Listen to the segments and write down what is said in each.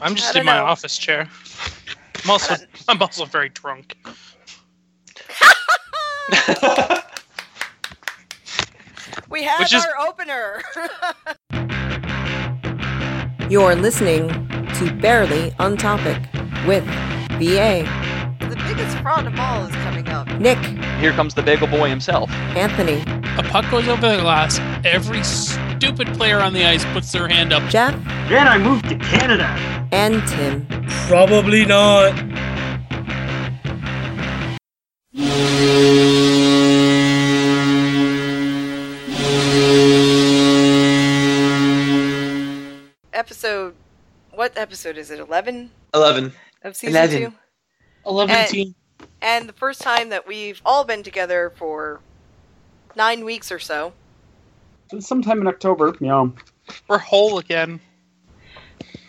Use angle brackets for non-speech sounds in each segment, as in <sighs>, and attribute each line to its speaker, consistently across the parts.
Speaker 1: I'm just
Speaker 2: I
Speaker 1: in my
Speaker 2: dunno.
Speaker 1: office chair. I'm
Speaker 2: <laughs>
Speaker 1: also, I'm also very drunk.
Speaker 2: We have
Speaker 1: Which is-
Speaker 2: our opener. <laughs>
Speaker 3: You're listening to Barely on Topic with VA,
Speaker 2: the biggest fraud of all is coming up.
Speaker 3: Nick,
Speaker 4: Here comes the bagel boy himself.
Speaker 3: Anthony,
Speaker 5: A puck goes over the glass. Every stupid player on the ice puts their hand up.
Speaker 3: Jeff,
Speaker 6: Then I moved to Canada.
Speaker 3: and
Speaker 2: <laughs>
Speaker 3: Tim.
Speaker 7: Probably not.
Speaker 2: Episode. What episode is it? 11
Speaker 4: 11.
Speaker 2: of season
Speaker 4: Eleven.
Speaker 2: 2?
Speaker 1: 11
Speaker 2: Hey.
Speaker 1: team.
Speaker 2: And the first time that we've all been together for nine weeks or so.
Speaker 6: Sometime in October. Yeah.
Speaker 1: We're whole again.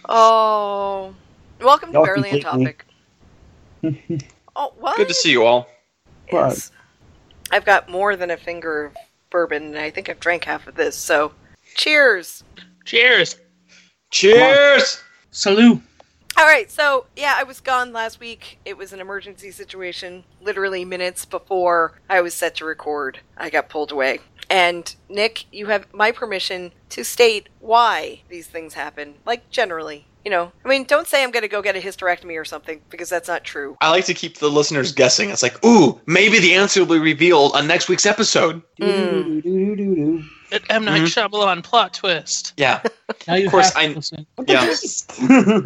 Speaker 2: Oh. Welcome to
Speaker 6: Y'all
Speaker 2: Barely on
Speaker 6: can hate me.
Speaker 2: Topic. oh, what?
Speaker 4: Good to see you all.
Speaker 6: What?
Speaker 2: Yes. I've got more than a finger of bourbon, and I think I've drank half of this, so cheers.
Speaker 1: Cheers.
Speaker 4: Cheers!
Speaker 1: Salute.
Speaker 2: All right, so yeah, I was gone last week. It was an emergency situation. Literally minutes before I was set to record, I got pulled away. And Nick, you have my permission to state why these things happen, like generally. You know, I mean, don't say I'm going to go get a hysterectomy or something because that's not true.
Speaker 4: I like to keep the listeners guessing. It's like, ooh, maybe the answer will be revealed on next week's episode.
Speaker 2: Mm.
Speaker 6: Do-do-do-do-do.
Speaker 1: An M. Night Shyamalan plot twist.
Speaker 4: <laughs> Yeah.
Speaker 5: Now you
Speaker 4: Of course,
Speaker 5: have to
Speaker 4: I-
Speaker 5: listen.
Speaker 4: Yeah.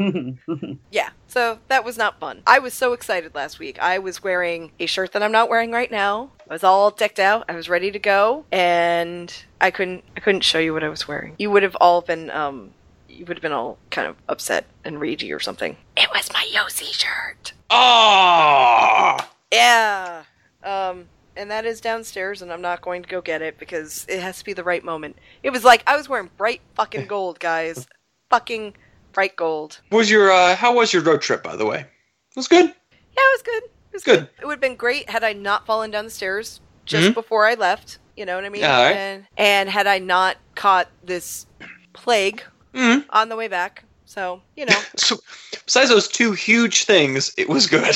Speaker 2: Yeah, so that was not fun. I was so excited last week. I was wearing a shirt that I'm not wearing right now. I was all decked out. I was ready to go, and I couldn't. I couldn't show you what I was wearing. You would have all been. Um, you would have been all kind of upset and ragey or something. It was my Yossi shirt.
Speaker 4: Oh!
Speaker 2: Yeah. Um, and that is downstairs, and I'm not going to go get it because it has to be the right moment. It was like I was wearing bright fucking gold, guys. fucking bright gold.
Speaker 4: Was your, uh, how was your road trip, by the way? It was
Speaker 2: Yeah,
Speaker 4: good.
Speaker 2: it was good. It was
Speaker 4: Good.
Speaker 2: good. It would have been great had I not fallen down the stairs just before I left. You know what I mean?
Speaker 4: Mm-hmm. Yeah, all right.
Speaker 2: and, and had I not caught this plague
Speaker 4: Mm.
Speaker 2: on the way back. So, you
Speaker 4: <laughs>
Speaker 2: know.
Speaker 4: So, besides those two huge things, it was good.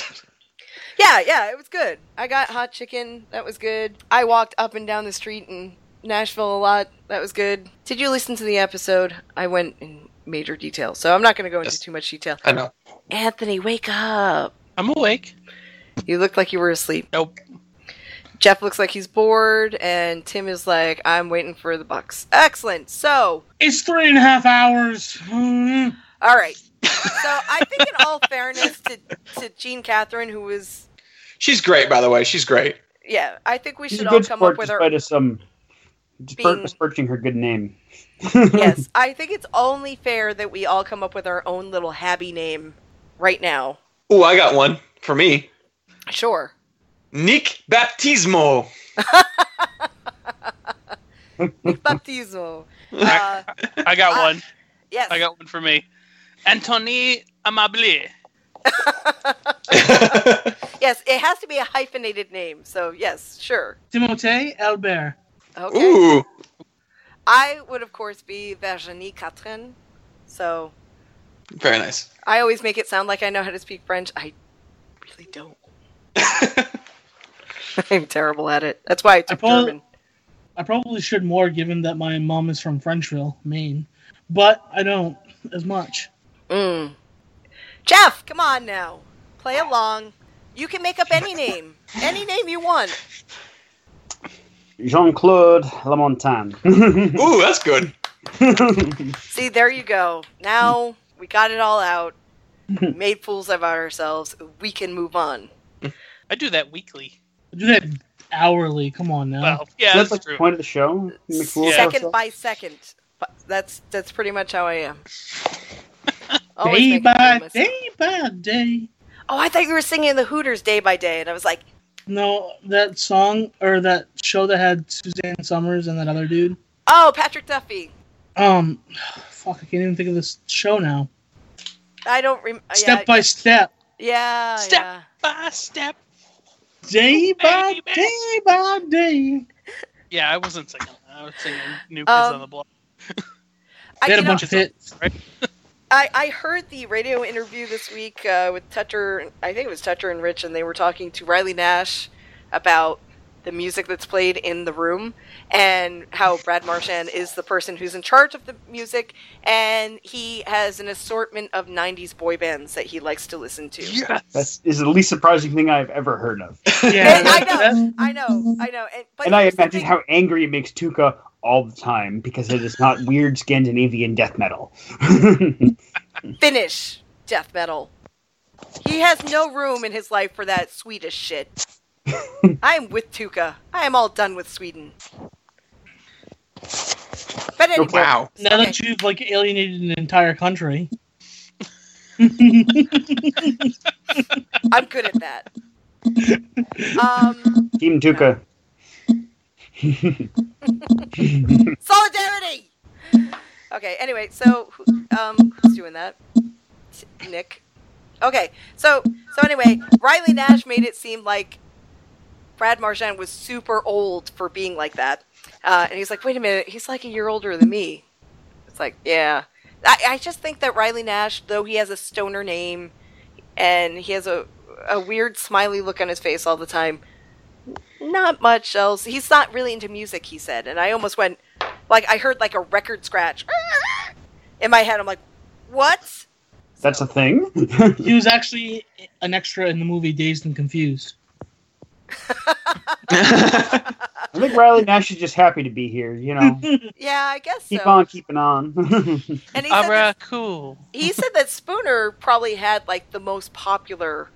Speaker 4: <laughs>
Speaker 2: yeah, yeah, it was good. I got hot chicken. That was good. I walked up and down the street in Nashville a lot. That was good. Did you listen to the episode? I went in major detail, so I'm not going to go into
Speaker 4: Yes.
Speaker 2: too much detail.
Speaker 4: I know.
Speaker 2: Anthony, wake up.
Speaker 1: I'm awake.
Speaker 2: You looked like you were asleep.
Speaker 1: Nope.
Speaker 2: Jeff looks like he's bored, and Tim is like, I'm waiting for the Bucks. Excellent. So,
Speaker 7: It's three and a half hours.
Speaker 2: all right. So, I think, in
Speaker 1: <laughs>
Speaker 2: all fairness to, to Jean Catherine, who was,
Speaker 4: She's great, by the way. She's great.
Speaker 2: yeah, I think we
Speaker 6: She's
Speaker 2: should
Speaker 6: a
Speaker 2: all
Speaker 6: good
Speaker 2: come up
Speaker 6: sport
Speaker 2: with
Speaker 6: despite
Speaker 2: our.
Speaker 6: us um,
Speaker 2: Being-
Speaker 6: despite besmirching her good name.
Speaker 2: Yes, I think it's only fair that we all come up with our own little habby name right now.
Speaker 4: Ooh, I got one for me.
Speaker 2: <laughs> Sure.
Speaker 4: Nick Baptismo. <laughs>
Speaker 2: Baptismo. Uh,
Speaker 1: I, I got
Speaker 2: I-
Speaker 1: one.
Speaker 2: yes.
Speaker 1: I got one for me. Anthony Amable.
Speaker 2: yes, it has to be a hyphenated name. So, yes, sure.
Speaker 5: Timothée Albert.
Speaker 2: Okay.
Speaker 4: Ooh.
Speaker 2: I would, of course, be Virginie Catherine. So,
Speaker 4: Very nice.
Speaker 2: I always make it sound like I know how to speak French. I really don't. <laughs> I'm terrible at it. That's why I took
Speaker 5: pull-
Speaker 2: German.
Speaker 5: I probably should more given that my mom is from Frenchville, Maine. But I don't as much.
Speaker 2: Mm. Jeff, come on now. Play along. You can make up any name. Any name you want.
Speaker 6: Jean Claude Lamontagne. <laughs>
Speaker 4: Ooh, that's <laughs> good.
Speaker 2: See, there you go. Now we got it all out. We Made fools of ourselves. We can move on.
Speaker 1: I do that weekly.
Speaker 5: I do that hourly. Come on now.
Speaker 1: Well, yeah,
Speaker 6: that's
Speaker 1: that's,
Speaker 6: like the
Speaker 1: true.
Speaker 6: point of the show. Make fools of
Speaker 2: Second
Speaker 6: ourselves.
Speaker 2: by second. But That's that's pretty much how I
Speaker 5: <laughs>
Speaker 2: am. Always
Speaker 5: day
Speaker 2: making fun of
Speaker 5: by
Speaker 2: myself.
Speaker 5: day by day.
Speaker 2: Oh, I thought you were singing the Hooters day by day, and I was like,
Speaker 5: No, that song or that show that had Suzanne Summers and that other dude.
Speaker 2: "Oh, Patrick Duffy."
Speaker 5: Um, fuck, I can't even think of this show now.
Speaker 2: Oh, I don't remember.
Speaker 5: Step by step,
Speaker 2: Yeah.
Speaker 1: Step.
Speaker 2: yeah.
Speaker 1: By step.
Speaker 5: day by
Speaker 1: Baby.
Speaker 5: day by day.
Speaker 1: Yeah, I wasn't singing. that. I was singing New Kids
Speaker 2: Um,
Speaker 1: on the Block.
Speaker 2: I,
Speaker 5: They had
Speaker 2: you
Speaker 5: a
Speaker 2: know,
Speaker 5: bunch of hits.
Speaker 2: I, I heard the radio interview this week uh, with Tucker. I think it was Tucker and Rich, and they were talking to Riley Nash about the music that's played in the room and how Brad Marchand is the person who's in charge of the music, and he has an assortment of '90s boy bands that he likes to listen to.
Speaker 6: That's is the least surprising thing I've ever heard of.
Speaker 1: <laughs>
Speaker 5: Yeah,
Speaker 2: And I know, I know, I know. And, but
Speaker 6: and I
Speaker 2: here's the
Speaker 6: imagine
Speaker 2: thing-
Speaker 6: how angry it makes Tuca all the time because it is not weird Scandinavian death metal. <laughs>
Speaker 2: Finnish death metal. He has no room in his life for that Swedish shit. I'm with Tuca. I am all done with Sweden. But anyway,
Speaker 4: Wow.
Speaker 5: now that you've like alienated an entire country,
Speaker 2: I'm good at that.
Speaker 6: <laughs>
Speaker 2: Um,
Speaker 6: Team Tuca.
Speaker 2: solidarity. Okay. Anyway, so who- um, who's doing that? S- Nick. Okay. So so anyway, Riley Nash made it seem like Brad Marchand was super old for being like that, uh, and he's like, wait a minute, he's like a year older than me. It's like, yeah. I, I just think that Riley Nash, though he has a stoner name, and he has a a weird smiley look on his face all the time. Not much else. He's not really into music, he said, and I almost went like I heard like a record scratch in my head. I'm like, what?
Speaker 6: That's a thing.
Speaker 5: he was actually an extra in the movie Dazed and Confused.
Speaker 6: I think Riley Nash is just happy to be here.
Speaker 2: <laughs>
Speaker 6: You know,
Speaker 2: Yeah, I guess
Speaker 6: keep
Speaker 2: so.
Speaker 6: on keeping on. <laughs>
Speaker 2: And he said,
Speaker 1: Abra
Speaker 2: that,
Speaker 1: cool.
Speaker 2: he said that Spooner probably had like the most popular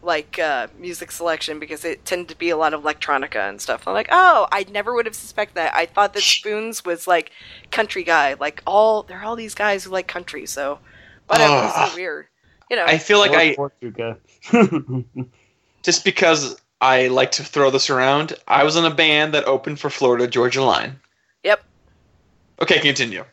Speaker 2: like uh, music selection because it tended to be a lot of electronica and stuff. I'm like, oh, I never would have suspected that. I thought that Spoons was like country guy. Like all there are all these guys who like country. So whatever, it's
Speaker 4: Ugh.
Speaker 2: so weird. You know,
Speaker 4: I feel like I
Speaker 6: Poor Tuca.
Speaker 4: just because I like to throw this around. I was in a band that opened for Florida Georgia Line.
Speaker 2: Yep.
Speaker 4: Okay, continue.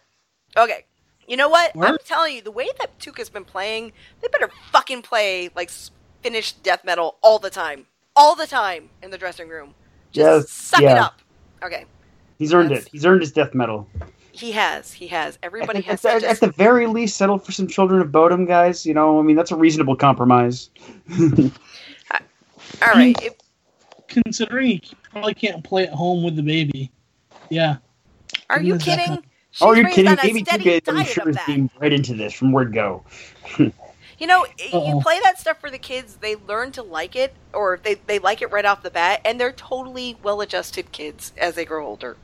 Speaker 2: Okay. You know what?
Speaker 5: Word.
Speaker 2: I'm telling you, the way that Tuca's been playing, they better fucking play like s- Finnish death metal all the time, all the time in the dressing room. Just
Speaker 6: Yes,
Speaker 2: suck it
Speaker 6: yeah.
Speaker 2: up. Okay.
Speaker 6: <laughs> He's earned
Speaker 2: That's-
Speaker 6: it. He's earned his death medal.
Speaker 2: He has. He has.
Speaker 6: I
Speaker 2: Everybody
Speaker 6: think
Speaker 2: has.
Speaker 6: that's-
Speaker 2: To
Speaker 6: At, at
Speaker 2: just,
Speaker 6: the very least, settle for some Children of Bodom, guys. You know, I mean, that's a reasonable compromise.
Speaker 2: all right.
Speaker 6: <laughs>
Speaker 2: It,
Speaker 5: Considering he probably can't play at home with the baby. Yeah,
Speaker 2: are you
Speaker 5: Who's that?
Speaker 2: kidding? She's
Speaker 6: oh, you're
Speaker 2: raised
Speaker 6: kidding?
Speaker 2: on a
Speaker 6: Baby
Speaker 2: steady
Speaker 6: Tuca, I'm
Speaker 2: diet
Speaker 6: sure,
Speaker 2: of
Speaker 6: is
Speaker 2: that.
Speaker 6: being right into this from word go.
Speaker 2: You know, i-
Speaker 5: Uh-oh.
Speaker 2: you play that stuff for the kids, they learn to like it, or they, they like it right off the bat, and they're totally well adjusted kids as they grow older.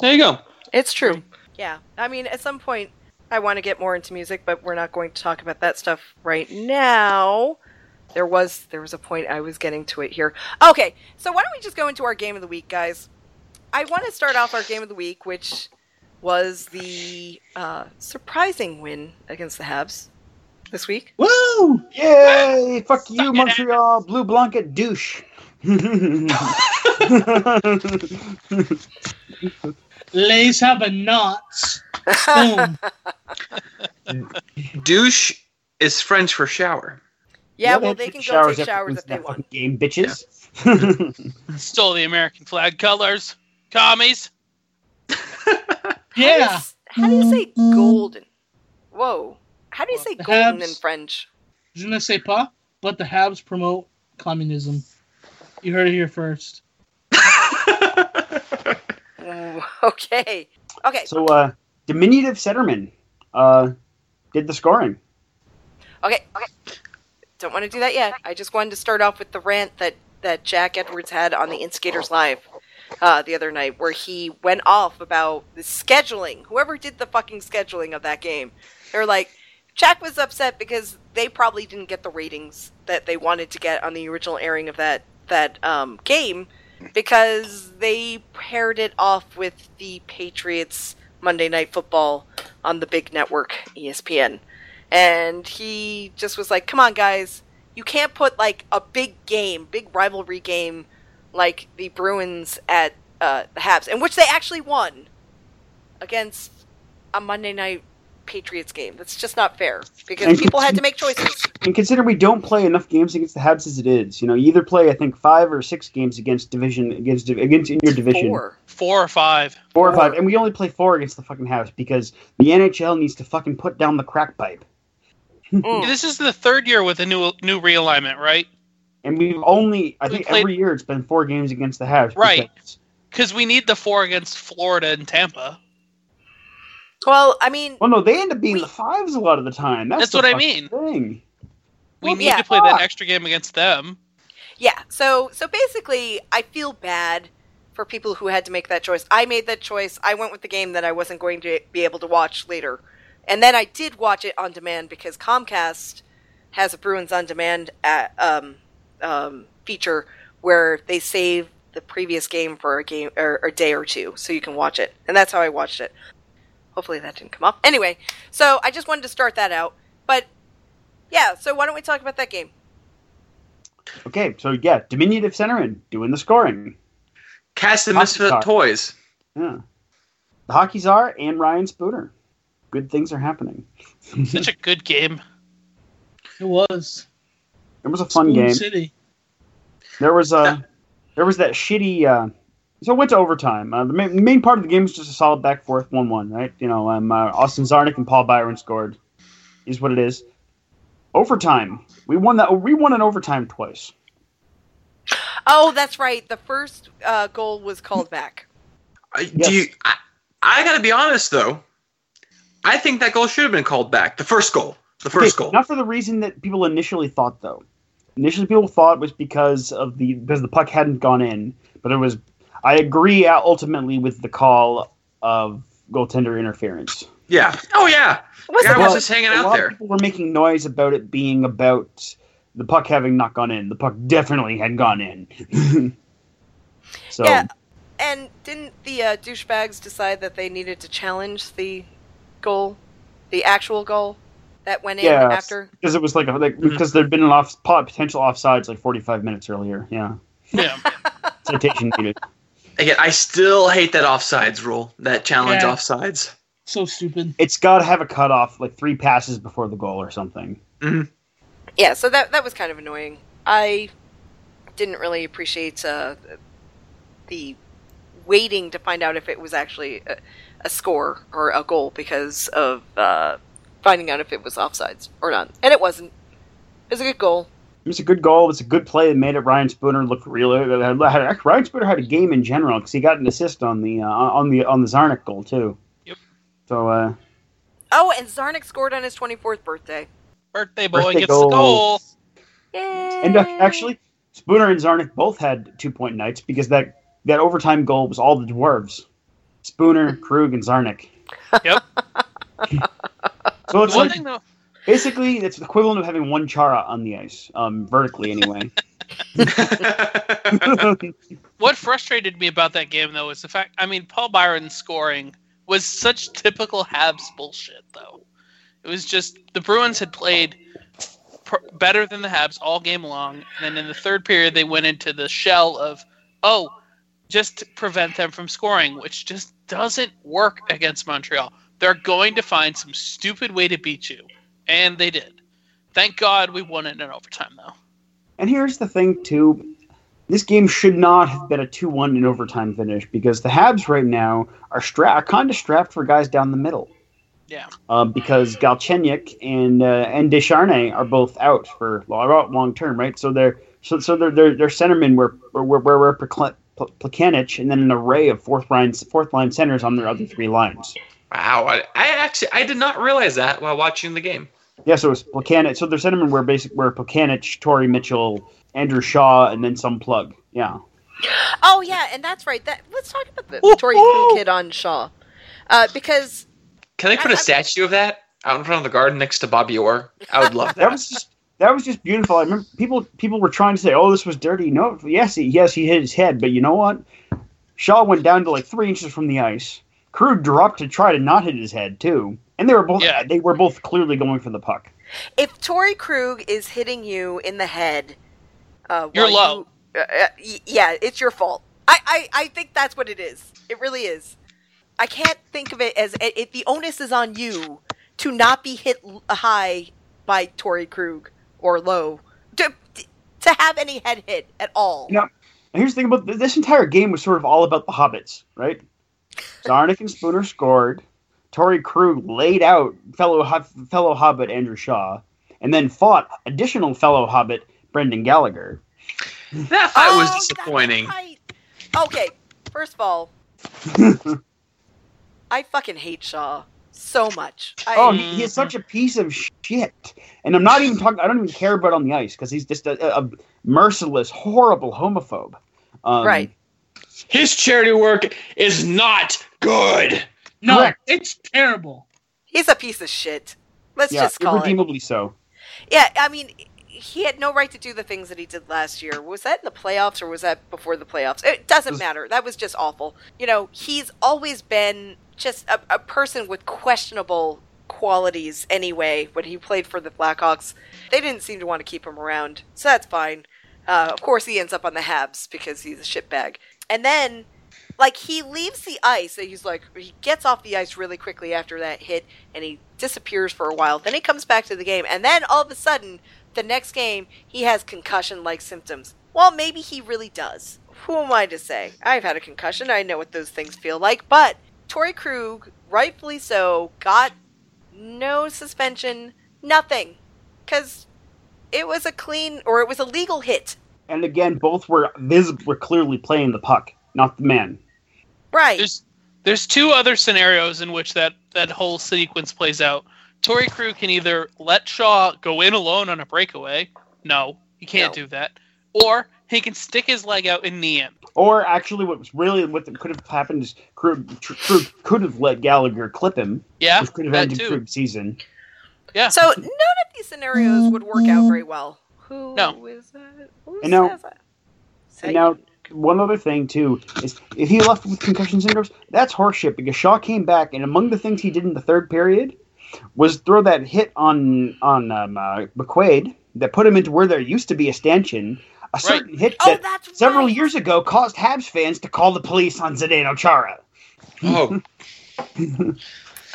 Speaker 4: There you go.
Speaker 2: It's true. Yeah. I mean, at some point, I want to get more into music, but we're not going to talk about that stuff right now. There was there was a point I was getting to it here. Okay, so why don't we just go into our game of the week, guys? I want to start off our game of the week, which was the uh, surprising win against the Habs this week.
Speaker 5: woo!
Speaker 6: Yay!
Speaker 2: <laughs>
Speaker 6: Fuck you,
Speaker 1: it,
Speaker 6: Montreal, blue blanket douche. <laughs> That's
Speaker 5: Lays have a knots.
Speaker 6: <laughs>
Speaker 5: Boom.
Speaker 4: Douche is French for shower.
Speaker 2: Yeah, well, they can go take showers if they
Speaker 6: that fucking
Speaker 2: want.
Speaker 6: Game <laughs> bitches.
Speaker 1: Stole the American flag colors. Commies.
Speaker 5: yeah,
Speaker 2: How do you say golden? Whoa. How do you say
Speaker 5: The
Speaker 2: golden
Speaker 5: Habs-
Speaker 2: in French?
Speaker 5: je ne sais pas. But the Habs promote communism. You heard it here first.
Speaker 2: Ooh, <laughs> Okay. Okay.
Speaker 6: so, uh, diminutive Setterman uh, did the scoring.
Speaker 2: Okay, okay. Don't want to do that yet. I just wanted to start off with the rant that, that Jack Edwards had on the Instigators Live uh, the other night, where he went off about the scheduling. Whoever did the fucking scheduling of that game, they were like, Jack was upset because they probably didn't get the ratings that they wanted to get on the original airing of that that um, game because they paired it off with the Patriots Monday Night Football on the big network E ESPN and he just was like, "Come on, guys, you can't put like a big game, big rivalry game, like the Bruins at uh, the Habs, in which they actually won against a Monday night Patriots game. That's just not fair because people had to make choices.
Speaker 6: And consider we don't play enough games against the Habs as it is. You know, you either play I think five or six games against division against against in your division,
Speaker 2: Four.
Speaker 1: Four or five.
Speaker 6: Four or five, and we only play four against the fucking Habs because the NHL needs to fucking put down the crack pipe.
Speaker 2: Mm.
Speaker 1: This is the third year with a new new realignment, right?
Speaker 6: And we've only, I
Speaker 1: We
Speaker 6: think
Speaker 1: played-
Speaker 6: every year it's been four games against the Habs.
Speaker 1: Right.
Speaker 6: because-
Speaker 1: Because we need the four against Florida and Tampa.
Speaker 2: Well, I mean,
Speaker 6: Well, no, they end up being
Speaker 2: We-
Speaker 6: the fives a lot of the time. That's,
Speaker 1: That's
Speaker 6: the
Speaker 1: what I
Speaker 6: fucking
Speaker 1: mean.
Speaker 6: Thing.
Speaker 1: We
Speaker 2: Well,
Speaker 1: need
Speaker 2: yeah.
Speaker 1: to play
Speaker 6: Fuck.
Speaker 1: that extra game against them.
Speaker 2: Yeah. So so basically, I feel bad for people who had to make that choice. I made that choice. I went with the game that I wasn't going to be able to watch later, and then I did watch it on demand because Comcast has a Bruins on demand at, um, um, feature where they save the previous game for a game or a day or two, so you can watch it, and that's how I watched it. Hopefully that didn't come up. Anyway, so I just wanted to start that out, but yeah. So why don't we talk about that game?
Speaker 6: Okay, so yeah, diminutive centerman doing the scoring.
Speaker 4: Cast the
Speaker 6: Hockey
Speaker 4: Misfit
Speaker 6: talk.
Speaker 4: Toys.
Speaker 6: Yeah. The hockey czar and Ryan Spooner. Good things are happening.
Speaker 1: Such a good
Speaker 2: <laughs>
Speaker 1: game.
Speaker 5: It was
Speaker 6: It was a fun
Speaker 5: Spoon
Speaker 6: game.
Speaker 5: City.
Speaker 6: There was a, there was that shitty. Uh, so it went to overtime. Uh, the main, main part of the game was just a solid back forth, one one. Right, you know, um, uh, Austin Zarnik and Paul Byron scored. Is what it is. Overtime. We won that. We won in overtime twice.
Speaker 2: Oh, that's right. The first uh, goal was called back.
Speaker 4: I
Speaker 6: Yes.
Speaker 4: Do you? I, I gotta be honest though. I think that goal should have been called back. The first goal. The first
Speaker 6: Okay,
Speaker 4: goal.
Speaker 6: Not for the reason that people initially thought, though. Initially, people thought it was because of the because the puck hadn't gone in, but it was. I agree uh, ultimately with the call of goaltender interference.
Speaker 4: Yeah. Oh yeah.
Speaker 2: Was
Speaker 4: Yeah,
Speaker 2: it
Speaker 4: I was
Speaker 6: Well,
Speaker 4: just hanging
Speaker 6: A
Speaker 4: out
Speaker 6: lot of
Speaker 4: there.
Speaker 6: people were making noise about it being about the puck having not gone in. The puck definitely had gone in. <laughs> so
Speaker 2: Yeah. And didn't the uh, douchebags decide that they needed to challenge the goal, the actual goal that went in
Speaker 6: Yes.
Speaker 2: after?
Speaker 6: because it was like, a, like
Speaker 4: Mm-hmm.
Speaker 6: because there'd been an off potential offsides like forty five minutes earlier. Yeah,
Speaker 1: Yeah.
Speaker 6: citation <laughs> needed.
Speaker 4: Again, I still hate that offsides rule. That challenge <laughs>
Speaker 5: Yeah.
Speaker 4: offsides.
Speaker 5: So stupid.
Speaker 6: It's got to have a cutoff like three passes before the goal or something.
Speaker 2: Yeah. So that that was kind of annoying. I didn't really appreciate uh, the waiting to find out if it was actually a, a score or a goal because of uh, finding out if it was offsides or not, and it wasn't. It was a good goal.
Speaker 6: It was a good goal. It was a good play that made it Ryan Spooner look real. had- had- Ryan Spooner had a game in general because he got an assist on the uh, on the on the Zarnik goal too.
Speaker 1: Yep.
Speaker 6: So uh,
Speaker 2: Oh, and Zarnik scored on his 24th birthday.
Speaker 1: Birthday boy
Speaker 6: Birthday
Speaker 1: gets
Speaker 6: goal.
Speaker 1: the goal.
Speaker 2: Yay!
Speaker 6: and uh, actually, Spooner and Zarnik both had two point nights because that that overtime goal was all the dwarves, Spooner, Krug, and Zarnik.
Speaker 1: <laughs> Yep.
Speaker 6: <laughs> so it's
Speaker 1: One
Speaker 6: like,
Speaker 1: thing though,
Speaker 6: basically it's the equivalent of having one Chara on the ice, um,
Speaker 1: <laughs>
Speaker 6: vertically anyway. <laughs>
Speaker 1: what frustrated me about that game though is the fact I mean Paul Byron scoring was such typical Habs bullshit though. It was just the Bruins had played pr- better than the Habs all game long, and then in the third period they went into the shell of oh, just to prevent them from scoring, which just doesn't work against Montreal. They're going to find some stupid way to beat you, and they did. Thank God we won it in overtime though.
Speaker 6: And here's the thing, too. This game should not have been a 2 1 in overtime finish because the Habs right now are, stra- are kind of strapped for guys down the middle.
Speaker 1: Yeah.
Speaker 6: Um, because Galchenyuk and uh, and Descharnay are both out for uh, long term, right? So they're so, so they're, they're, they're centermen were were were, were Pekla- Pl- Plekanec and then an array of fourth line fourth line centers on their other three lines.
Speaker 4: wow. I, I actually I did not realize that while watching the game.
Speaker 6: Yeah, so it was Placanich. So their centermen were basic were Placanich, Tori Mitchell, Andrew Shaw, and then some plug. Yeah.
Speaker 2: oh yeah, and that's right. That let's talk about the
Speaker 6: Oh,
Speaker 4: Ooh,
Speaker 2: Tory
Speaker 4: ooh.
Speaker 2: Crew kid on Shaw, uh, because
Speaker 4: Can they put
Speaker 2: I-
Speaker 4: a
Speaker 2: I-
Speaker 4: statue of that out in front of the garden next to Bobby Orr? I would love
Speaker 6: That
Speaker 4: that.
Speaker 6: was just that was just beautiful. I remember people people were trying to say, "Oh, this was dirty." No, yes, he, yes, he hit his head, but you know what? Shaw went down to like three inches from the ice. Crew dropped to try to not hit his head too, and they were both
Speaker 1: Yeah.
Speaker 6: they were both clearly going for the puck.
Speaker 2: if Tory Krug is hitting you in the head, uh,
Speaker 1: You're
Speaker 2: while you-
Speaker 1: low.
Speaker 2: uh, uh, y- yeah, it's your fault. I, I, I think that's what it is. It really is. I can't think of it as it, it, the onus is on you to not be hit l- high by Tory Krug or low to, to have any head hit at all.
Speaker 6: No. And here's the thing about th- this entire game was sort of all about the hobbits, right? Zarnik and Spooner scored. Tory Krug laid out fellow ho- fellow hobbit Andrew Shaw, and then fought additional fellow Hobbit Brendan Gallagher.
Speaker 4: <laughs> That fight was
Speaker 2: Oh, that's
Speaker 4: disappointing.
Speaker 2: right. Okay, first of all, I fucking hate Shaw so much. I,
Speaker 6: Oh, he, he's such a piece of shit. And I'm not even talking. I don't even care about on the ice because he's just a, a merciless, horrible homophobe. Um,
Speaker 2: Right.
Speaker 4: His charity work is not good.
Speaker 5: No,
Speaker 6: Correct.
Speaker 5: it's terrible.
Speaker 2: he's a piece of shit. Let's
Speaker 6: Yeah,
Speaker 2: just call it.
Speaker 6: irredeemably so.
Speaker 2: Yeah, I mean, he had no right to do the things that he did last year. Was that in the playoffs or was that before the playoffs? It doesn't
Speaker 6: Was-
Speaker 2: matter. That was just awful. You know, he's always been just a, a person with questionable qualities anyway when he played for the Blackhawks. They didn't seem to want to keep him around, so that's fine. Uh, of course, he ends up on the Habs because he's a shitbag. And then, like, he leaves the ice. and He's like, he gets off the ice really quickly after that hit and he disappears for a while. Then he comes back to the game, and then all of a sudden, the next game, he has concussion like symptoms. Well, maybe he really does. Who am I to say? I've had a concussion. I know what those things feel like. But Tori Krug, rightfully so, got no suspension, nothing. Because it was a clean, or it was a legal hit.
Speaker 6: And again, both were visible, were clearly playing the puck, not the man.
Speaker 2: Right.
Speaker 1: There's there's two other scenarios in which that that whole sequence plays out. Tory Crew can either let Shaw go in alone on a breakaway. No, he can't
Speaker 2: No.
Speaker 1: do that. Or he can stick his leg out and knee him.
Speaker 6: Or actually, what was really what could have happened is Krug, Tr- Krug could have let Gallagher clip him,
Speaker 1: Yeah,
Speaker 6: which could have
Speaker 1: that
Speaker 6: ended
Speaker 1: too.
Speaker 6: Krug's season.
Speaker 1: Yeah.
Speaker 2: So none of these scenarios would work out very well. Who
Speaker 1: No.
Speaker 2: is that? Who
Speaker 6: And now-
Speaker 2: says that?
Speaker 6: And now, one other thing too is if he left with concussion syndromes, that's horseshit because Shaw came back, and among the things he did in the third period was throw that hit on on um, uh, McQuaid that put him into where there used to be a stanchion. A certain hit
Speaker 2: oh,
Speaker 6: that
Speaker 2: that's
Speaker 6: several
Speaker 2: right.
Speaker 6: years ago caused Habs fans to call the police on Zdeno Chara.
Speaker 4: <laughs> Oh,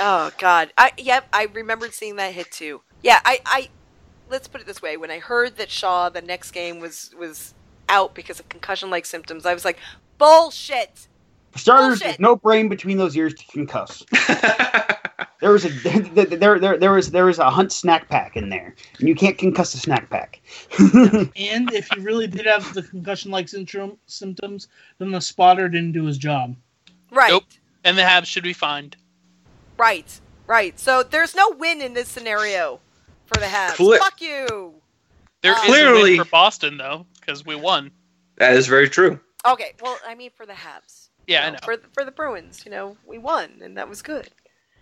Speaker 2: Oh God! I yep, I remembered seeing that hit too. Yeah, I, I let's put it this way: when I heard that Shaw the next game was was out because of concussion-like symptoms, I was like, "Bullshit!"
Speaker 6: For starters,
Speaker 2: Bullshit.
Speaker 6: there's no brain between those ears to
Speaker 2: <laughs>
Speaker 6: concuss. There was a there there there was there was a hunt snack pack in there, and you can't concuss a
Speaker 2: <laughs>
Speaker 6: snack pack.
Speaker 5: And if he really did have the concussion-like syndrome symptoms, then the spotter didn't do his job.
Speaker 2: Right,
Speaker 1: Nope. And the Habs should be fined.
Speaker 2: right, right. So there's no win in this scenario for the Habs.
Speaker 4: Cle-
Speaker 2: Fuck you.
Speaker 1: There
Speaker 2: Uh,
Speaker 1: is a
Speaker 4: Clearly-
Speaker 1: win for Boston though, because we won.
Speaker 4: that is very true.
Speaker 2: Okay, well, I mean for the Habs.
Speaker 1: Yeah, I
Speaker 2: know,
Speaker 1: know.
Speaker 2: For the, for the Bruins, you know, we won, and that was good.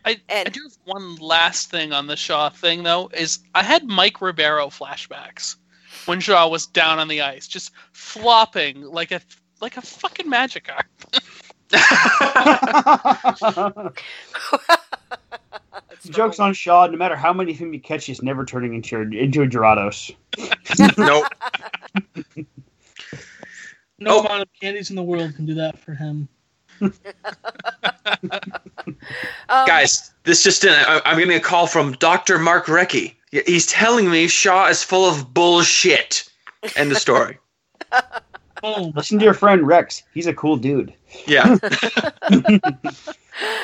Speaker 1: I,
Speaker 2: And-
Speaker 1: I do have one last thing on the Shaw thing though is I had Mike Ribeiro flashbacks when Shaw was down on the ice, just flopping like a like a fucking magic car. <laughs>
Speaker 6: Jokes on Shaw. No matter how many of him you catch, he's never turning into into a Gerados.
Speaker 4: nope.
Speaker 2: <laughs>
Speaker 4: Oh.
Speaker 5: No amount of candies in the world can do that for him.
Speaker 2: Um,
Speaker 4: Guys, this just in. I, I'm getting a call from Dr. Mark Recchi. Y- He's telling me Shaw is full of bullshit. End of story.
Speaker 5: Oh,
Speaker 6: Listen to your friend Rex. He's a cool dude.
Speaker 2: <laughs>
Speaker 4: Yeah.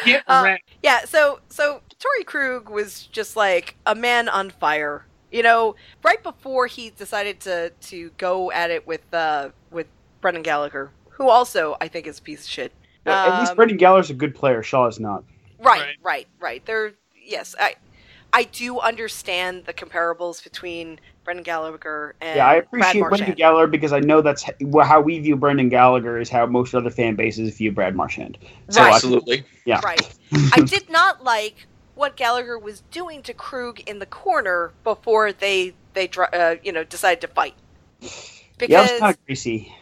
Speaker 5: get
Speaker 2: Uh,
Speaker 5: wrecked.
Speaker 2: Yeah, so so Tori Krug was just like a man on fire. You know, right before he decided to to go at it with uh with Brendan Gallagher, who also I think is a piece of shit.
Speaker 6: At least
Speaker 2: Um,
Speaker 6: Brendan Gallagher's a good player. Shaw is not.
Speaker 2: Right, right,
Speaker 1: Right.
Speaker 2: right. There, yes, I, I do understand the comparables between Brendan Gallagher and
Speaker 6: Yeah, I
Speaker 2: Brad
Speaker 6: appreciate Brendan
Speaker 2: Marchand.
Speaker 6: Gallagher because I know that's h- well, how we view Brendan Gallagher is how most other fan bases view Brad Marchand. So I-
Speaker 4: Absolutely.
Speaker 6: yeah.
Speaker 2: Right.
Speaker 6: <laughs>
Speaker 2: I did not like what Gallagher was doing to Krug in the corner before they they dr- uh, you know decided to fight.
Speaker 6: yeah,
Speaker 2: Because
Speaker 6: it's kind of greasy.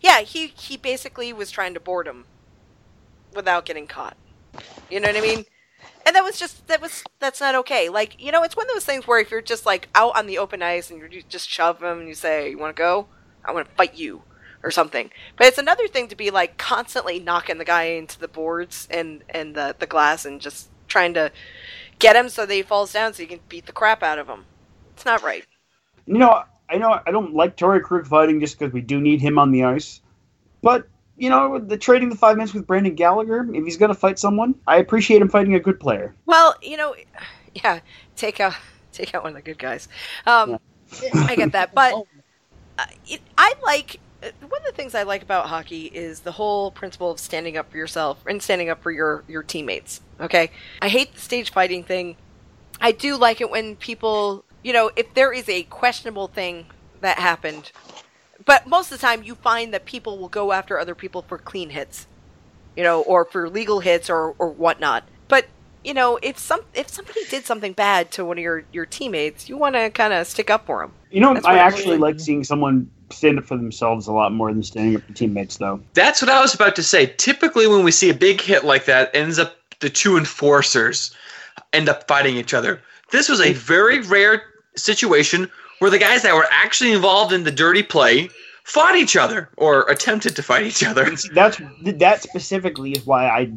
Speaker 2: yeah, he he basically was trying to board him without getting caught. You know what I mean? And that was just that was that's not okay. Like you know, it's one of those things where if you're just like out on the open ice and you're, you just shove him and you say you want to go, I want to fight you or something. But it's another thing to be like constantly knocking the guy into the boards and and the the glass and just trying to get him so that he falls down so you can beat the crap out of him. It's not right.
Speaker 6: You know, I know I don't like Torrey Krug fighting just because we do need him on the ice, but you know, the trading the five minutes with Brendan Gallagher,
Speaker 2: <sighs>
Speaker 6: if he's going to fight someone, I appreciate him fighting a good player.
Speaker 2: Well, you know, yeah, take out take out one of the good guys. Um, I get
Speaker 1: <laughs>
Speaker 2: that,
Speaker 1: Oh.
Speaker 2: but
Speaker 5: Oh.
Speaker 2: uh, it, I like uh, one of the things I like about hockey is the whole principle of standing up for yourself and standing up for your your teammates. Okay, I hate the stage fighting thing. I do like it when people, you know, if there is a questionable thing that happened, but most of the time you find that people will go after other people for clean hits, you know, or for legal hits or or whatnot. But you know, if some if somebody did something bad to one of your your teammates, you want to kind of stick up for them.
Speaker 6: You know,
Speaker 2: That's
Speaker 6: I
Speaker 2: what I
Speaker 6: actually
Speaker 2: mean.
Speaker 6: like seeing someone stand up for themselves a lot more than standing up for teammates, though.
Speaker 4: That's what I was about to say. Typically, when we see a big hit like that, ends up the two enforcers end up fighting each other. This was a very rare situation where the guys that were actually involved in the dirty play fought each other or attempted to fight each other.
Speaker 6: And see, that's that specifically is why I,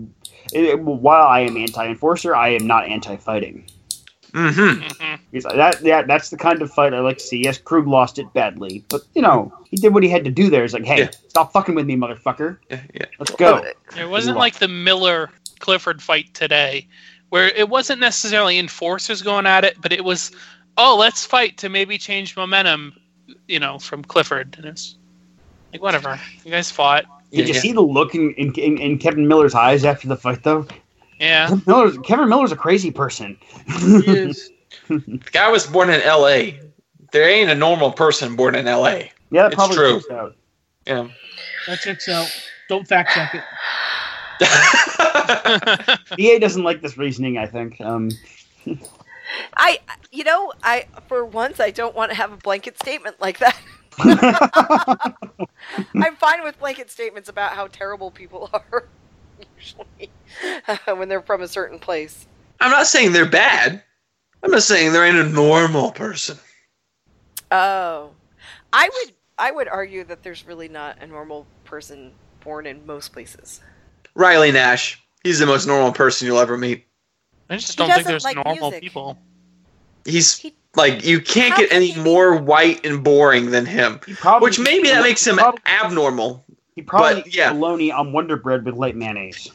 Speaker 6: it, while I am anti-enforcer, I am not anti-fighting.
Speaker 4: <laughs> Mm-hmm.
Speaker 6: Because that, that that's the kind of fight I like to see. Yes, Krug lost it badly, but you know he did what he had to do there. It's like, hey,
Speaker 4: Yeah.
Speaker 6: stop fucking with me, motherfucker.
Speaker 4: Yeah, yeah.
Speaker 6: Let's go.
Speaker 1: It wasn't like the Miller Clifford fight today, where it wasn't necessarily enforcers going at it, but it was, oh, let's fight to maybe change momentum, you know, from Clifford. And it's like, whatever. You guys fought.
Speaker 6: Did you
Speaker 4: Yeah, yeah.
Speaker 6: see the look in, in, in, in Kevin Miller's eyes after the fight, though?
Speaker 1: Yeah.
Speaker 6: Kevin Miller's, Kevin Miller's a crazy person.
Speaker 5: Yes.
Speaker 4: The guy was born in L.A. There ain't a normal person born in L.A.
Speaker 6: Yeah, that
Speaker 4: It's
Speaker 6: probably
Speaker 4: true.
Speaker 6: checks out.
Speaker 4: You know?
Speaker 5: That checks out. Don't fact check it.
Speaker 6: EA E doesn't like this reasoning. I think. Um,
Speaker 2: I, you know, I for once I don't want to have a blanket statement like that. <laughs> I'm fine with blanket statements about how terrible people <laughs> are, usually <laughs> when they're from a certain place.
Speaker 4: <laughs> I'm not saying they're bad. I'm just saying there ain't a normal person.
Speaker 2: Oh, I would, I would argue that there's really not a normal person born in most places.
Speaker 4: Riley Nash. He's the most normal person you'll ever meet.
Speaker 1: I just
Speaker 2: He
Speaker 1: don't think
Speaker 2: doesn't
Speaker 1: there's
Speaker 2: like
Speaker 1: normal
Speaker 2: music.
Speaker 1: people.
Speaker 4: He's
Speaker 2: He-
Speaker 4: like you can't
Speaker 2: How
Speaker 4: get
Speaker 2: can
Speaker 4: any
Speaker 2: he be-
Speaker 4: more white and boring than him.
Speaker 6: he probably,
Speaker 4: Which maybe that makes him
Speaker 6: He probably,
Speaker 4: abnormal.
Speaker 6: he probably
Speaker 4: but, yeah.
Speaker 6: eats bologna on Wonder Bread with light mayonnaise.
Speaker 2: Uh,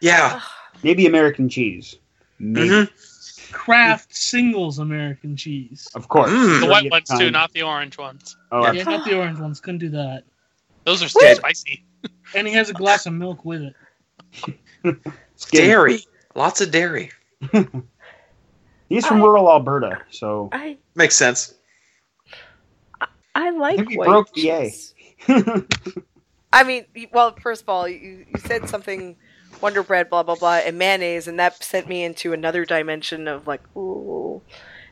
Speaker 4: Yeah.
Speaker 6: Maybe American cheese. Maybe.
Speaker 4: Mhm.
Speaker 5: Kraft singles American cheese.
Speaker 6: Of course.
Speaker 1: The
Speaker 4: Mm. Sure,
Speaker 1: white ones,
Speaker 6: do
Speaker 1: too, not the orange ones.
Speaker 6: Oh,
Speaker 5: Yeah, not the orange ones. Couldn't do that.
Speaker 1: Those are still
Speaker 4: Woo!
Speaker 1: spicy.
Speaker 5: And he has a glass of milk with it.
Speaker 6: Skin.
Speaker 4: Dairy. Lots of dairy.
Speaker 6: He's from
Speaker 2: I-
Speaker 6: rural Alberta, so
Speaker 2: I,
Speaker 4: Makes sense.
Speaker 2: I like
Speaker 6: think we broke the A. <laughs>
Speaker 2: I mean, y- well, first of all, you, you said something Wonder Bread, blah blah blah, and mayonnaise, and that sent me into another dimension of like, ooh,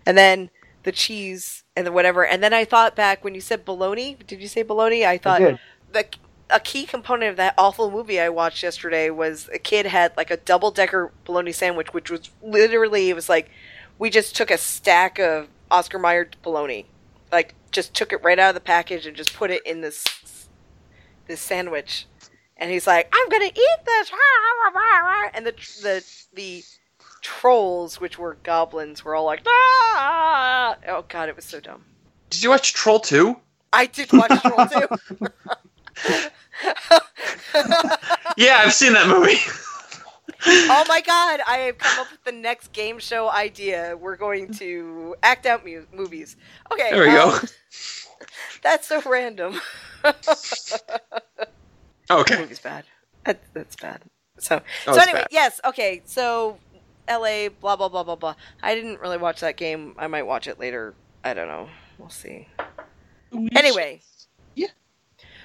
Speaker 2: and then the cheese and the whatever, and then I thought back when you said bologna. Did you say bologna? I
Speaker 6: I
Speaker 2: thought
Speaker 6: did.
Speaker 2: the a key component of that awful movie I watched yesterday was a kid had like a double decker bologna sandwich, which was literally it was like we just took a stack of Oscar Mayer bologna, like just took it right out of the package and just put it in this this sandwich, and he's like, "I'm gonna eat this," and the the the trolls, which were goblins, were all like, "Ah!" "Oh God, it was so dumb."
Speaker 4: Did you watch Troll 2?
Speaker 2: I did watch Troll too.
Speaker 4: Yeah, I've seen
Speaker 2: <laughs>
Speaker 4: that movie.
Speaker 2: Oh my god, I have come up with the next game show idea. We're going to act out mu- movies. Okay.
Speaker 4: There we go.
Speaker 2: um, That's so random. <laughs>
Speaker 4: Okay.
Speaker 2: movie's bad. That, that's bad. So,
Speaker 4: That
Speaker 2: so
Speaker 4: was
Speaker 2: anyway,
Speaker 4: bad.
Speaker 2: yes, okay. So LA blah blah blah blah blah. I didn't really watch that game. I might watch it later. I don't know. We'll see.
Speaker 5: We should-
Speaker 2: Anyway.
Speaker 5: Yeah.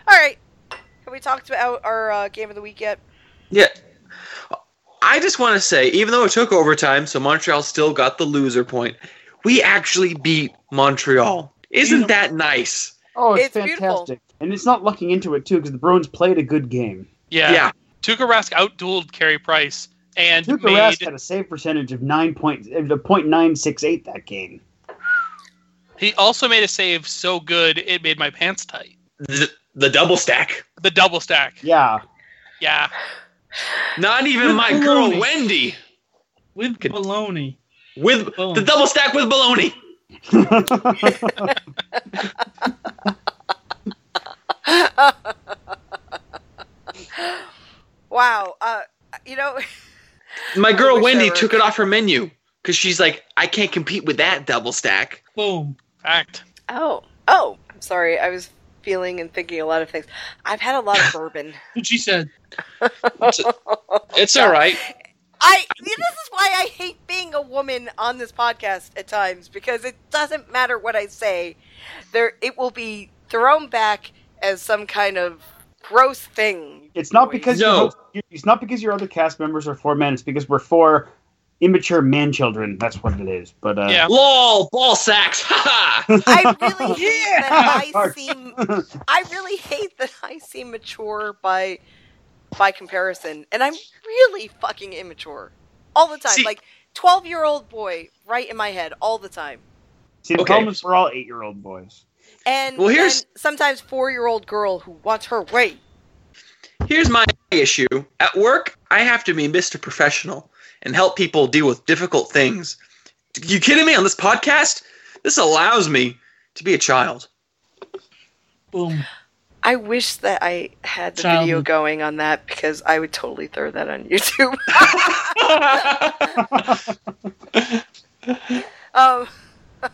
Speaker 2: All right. Have we talked about our uh, game of the week yet?
Speaker 4: Yeah. I just want to say, even though it took overtime, so Montreal still got the loser point, we actually beat Montreal. Isn't that nice?
Speaker 6: Oh, it's,
Speaker 2: It's
Speaker 6: fantastic.
Speaker 2: beautiful.
Speaker 6: And it's not lucking into it, too, because the Bruins played a good game.
Speaker 1: Yeah.
Speaker 4: Yeah.
Speaker 1: yeah. Tuukka Rask outdueled Carey Price and
Speaker 6: Tuukka
Speaker 1: made
Speaker 6: Rask had a save percentage of nine point, uh, the .968 that game.
Speaker 1: he also made a save so good it made my pants tight.
Speaker 4: The, the double stack.
Speaker 1: The double stack.
Speaker 6: Yeah.
Speaker 1: Yeah.
Speaker 4: Not even my girl Wendy
Speaker 5: With
Speaker 4: Good.
Speaker 5: bologna.
Speaker 4: with
Speaker 5: Boom.
Speaker 4: the double stack with baloney.
Speaker 2: Wow. Uh, you know,
Speaker 4: My girl
Speaker 2: wish I
Speaker 4: Wendy
Speaker 2: were- uh,
Speaker 4: took it off her menu because she's like, I can't compete with that double stack.
Speaker 5: Boom.
Speaker 1: Fact.
Speaker 2: Oh, <laughs> oh, I'm sorry. I was feeling and thinking a lot of things. I've had a lot of bourbon.
Speaker 5: What she said.
Speaker 4: It's all right.
Speaker 2: I this is why I hate being a woman on this podcast at times because it doesn't matter what I say. There it will be thrown back as some kind of gross thing.
Speaker 6: It's not because
Speaker 4: No.
Speaker 6: your- your- it's not because your other cast members are four men. It's because we're four immature man children. That's what it is. But uh,
Speaker 1: Yeah.
Speaker 4: Lol, ball sacks. Ha ha. <laughs>
Speaker 2: I
Speaker 6: <laughs>
Speaker 2: really hate that I
Speaker 6: Mark.
Speaker 2: seem I really hate that I seem mature by by comparison and I'm really fucking immature all the time.
Speaker 4: See-
Speaker 2: like 12-year-old boy right in my head all the time.
Speaker 6: see, the
Speaker 4: Okay.
Speaker 6: problem is we're all eight-year-old boys.
Speaker 2: And
Speaker 4: Well, here's-
Speaker 2: and sometimes 4-year-old girl who wants her way.
Speaker 4: Here's my issue. At work, I have to be Mr. Professional and help people deal with difficult things. You kidding me on this podcast? This allows me to be a child.
Speaker 5: Boom.
Speaker 2: I wish that I had the
Speaker 5: Child-
Speaker 2: video going on that because I would totally throw that on YouTube. <laughs> um,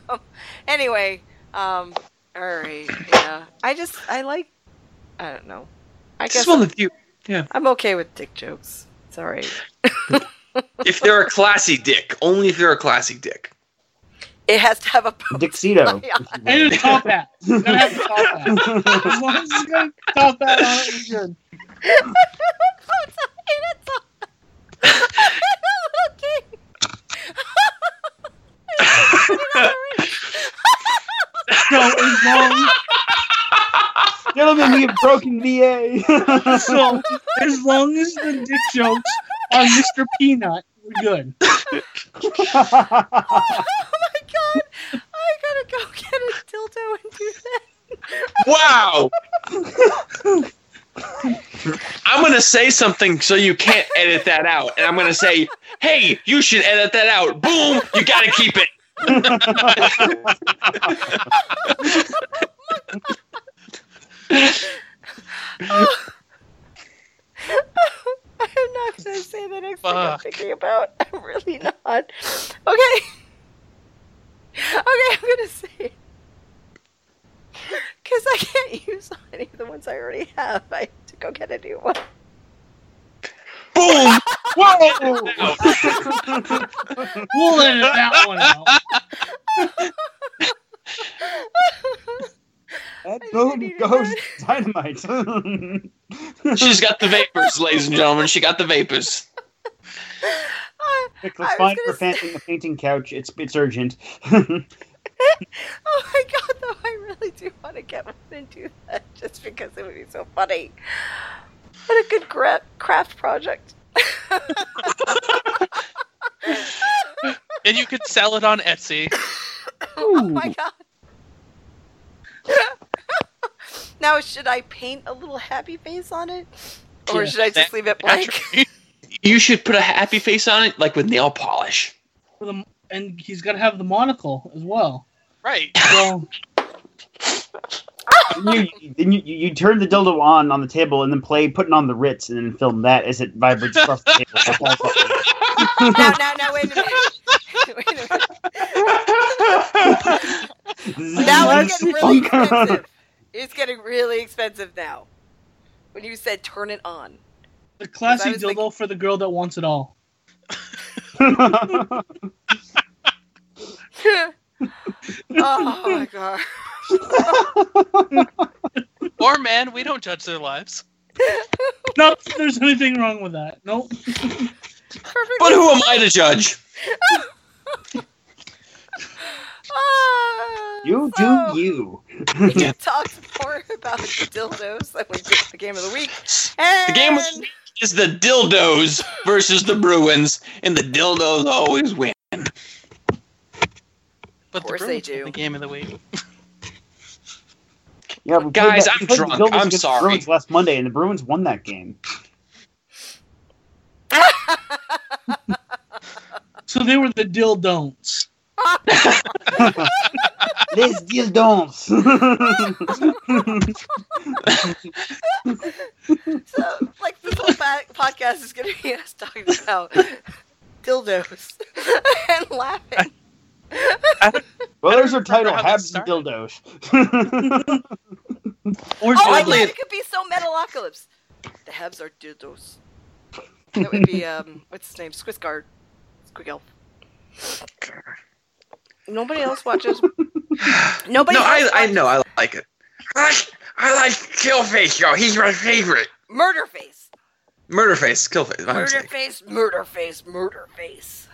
Speaker 2: <laughs> anyway, um, all right, yeah. I just I like I don't know. I
Speaker 4: This is
Speaker 2: guess
Speaker 4: one of the few.
Speaker 2: I'm okay with dick jokes. It's all right.
Speaker 4: If they're a classy dick, only if they're a classy dick.
Speaker 2: It has to have a <laughs> post
Speaker 6: Dixito.
Speaker 2: on it.
Speaker 5: And a top hat. You gotta have a top hat. As long as it's got a top hat on it, you're good.
Speaker 2: It's on- <laughs> it's on-
Speaker 5: So as long
Speaker 6: Gentlemen, we have broken VA.
Speaker 5: so as long as the dick jokes are Mr. Peanut, we're good.
Speaker 2: Oh my god! I gotta go get a dildo and do that.
Speaker 4: Wow. I'm going to say something so you can't edit that out. And I'm going to say, hey, you should edit that out. Boom, you got to keep it.
Speaker 2: <laughs> I'm not gonna say the next thing I'm
Speaker 1: Fuck.
Speaker 2: thinking about. <laughs> I'm really not. Okay. Okay, I'm gonna say it. Cause I can't use any of the ones I already have. I have to go get a new one.
Speaker 4: Boom.
Speaker 6: Whoa!
Speaker 5: We'll edit that one out.
Speaker 6: That
Speaker 2: I
Speaker 6: boom
Speaker 2: didn't
Speaker 6: goes
Speaker 2: even-
Speaker 6: <laughs> dynamite.
Speaker 4: She's got the vapors, ladies and gentlemen. She got the vapors.
Speaker 2: Uh,
Speaker 6: Nicholas
Speaker 2: I was
Speaker 6: Fine for
Speaker 2: gonna say-
Speaker 6: painting the painting couch. It's it's urgent. <laughs>
Speaker 2: oh my god, though, I really do want to get one and do that just because it would be so funny. What a good gra- craft project.
Speaker 1: And you could sell it on
Speaker 2: <laughs>
Speaker 1: Etsy.
Speaker 2: Oh my god. <laughs> now, should I paint a little happy face on it? Or
Speaker 5: Yeah,
Speaker 2: should I just
Speaker 1: that-
Speaker 2: leave it blank?
Speaker 1: Atrophy.
Speaker 4: You should put a happy face on it, like with nail polish.
Speaker 5: With a- and he's gotta have the monocle as well.
Speaker 1: right.
Speaker 5: So
Speaker 6: you, then you, you you turn the dildo on on the table and then play putting on the Ritz and then film that as it vibrates across the table. That's all fucking-
Speaker 2: no, no, no, wait a minute. <laughs> wait a
Speaker 6: <laughs>
Speaker 2: minute. Now it's getting
Speaker 6: <laughs> Oh
Speaker 2: really expensive. It's getting really expensive now. When you said turn it on. <laughs>
Speaker 5: the classy
Speaker 2: was
Speaker 5: dildo
Speaker 2: thinking-
Speaker 5: for the girl that wants it all.
Speaker 2: oh
Speaker 6: <laughs>
Speaker 2: my god.
Speaker 1: Or man, we don't judge their lives.
Speaker 5: Not that there's anything wrong with that. Nope.
Speaker 2: Perfect.
Speaker 4: But who am I to judge?
Speaker 2: Ah,
Speaker 6: <laughs> you do
Speaker 2: <laughs> so-
Speaker 6: you.
Speaker 2: We talked more about dildos than we did the game of the week. And
Speaker 4: The game was is the dildos versus the Bruins, and the dildos always win.
Speaker 1: But
Speaker 2: course
Speaker 1: the
Speaker 2: they
Speaker 1: Bruins
Speaker 2: do.
Speaker 1: won The game of the week.
Speaker 6: Yeah, we played
Speaker 4: Guys,
Speaker 6: that-
Speaker 4: I'm
Speaker 6: we played the
Speaker 4: drunk.
Speaker 6: Bills
Speaker 4: I'm
Speaker 6: against the
Speaker 4: sorry.
Speaker 6: Bruins last Monday, and the Bruins won that
Speaker 2: <laughs>
Speaker 6: game.
Speaker 5: So they were the dill don'ts.
Speaker 6: Les
Speaker 2: <laughs>
Speaker 6: dildos.
Speaker 2: so, like this whole fa- podcast is going to be us talking about dildos <laughs> and laughing.
Speaker 6: Well, there's your title,
Speaker 1: remember how
Speaker 6: Habs
Speaker 1: this
Speaker 6: and Dildos.
Speaker 2: <laughs> Oh my god,
Speaker 4: Oddly-
Speaker 2: it could be so Metalocalypse. The Habs are dildos. That would be
Speaker 4: <laughs>
Speaker 2: um, what's his name, Squisguard,
Speaker 4: <sighs>
Speaker 2: Squiggle. Nobody else watches. Nobody.
Speaker 4: no, I
Speaker 2: else
Speaker 4: I
Speaker 2: watches
Speaker 4: know I like it. I like, I like Killface though. He's my favorite.
Speaker 2: Murderface.
Speaker 4: Murderface, Killface. My mistake.
Speaker 2: Murderface. Murderface. Murderface.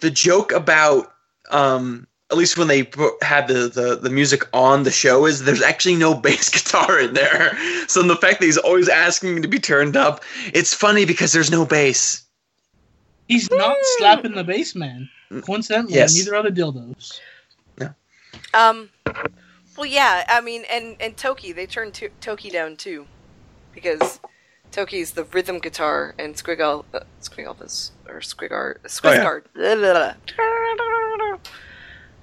Speaker 4: the joke about um at least when they put- had the, the the music on the show is there's actually no <laughs> bass guitar in there so the fact that he's always asking to be turned up it's funny because there's no bass
Speaker 5: He's not slapping the bass man. Coincidentally,
Speaker 4: Yes.
Speaker 5: neither are the dildos.
Speaker 2: Um. Well, yeah. I mean, and and Toki, they turned to- Toki down too, because Toki's the rhythm guitar and Squiggle, uh, Squiggle is or Squigar, Squisguard.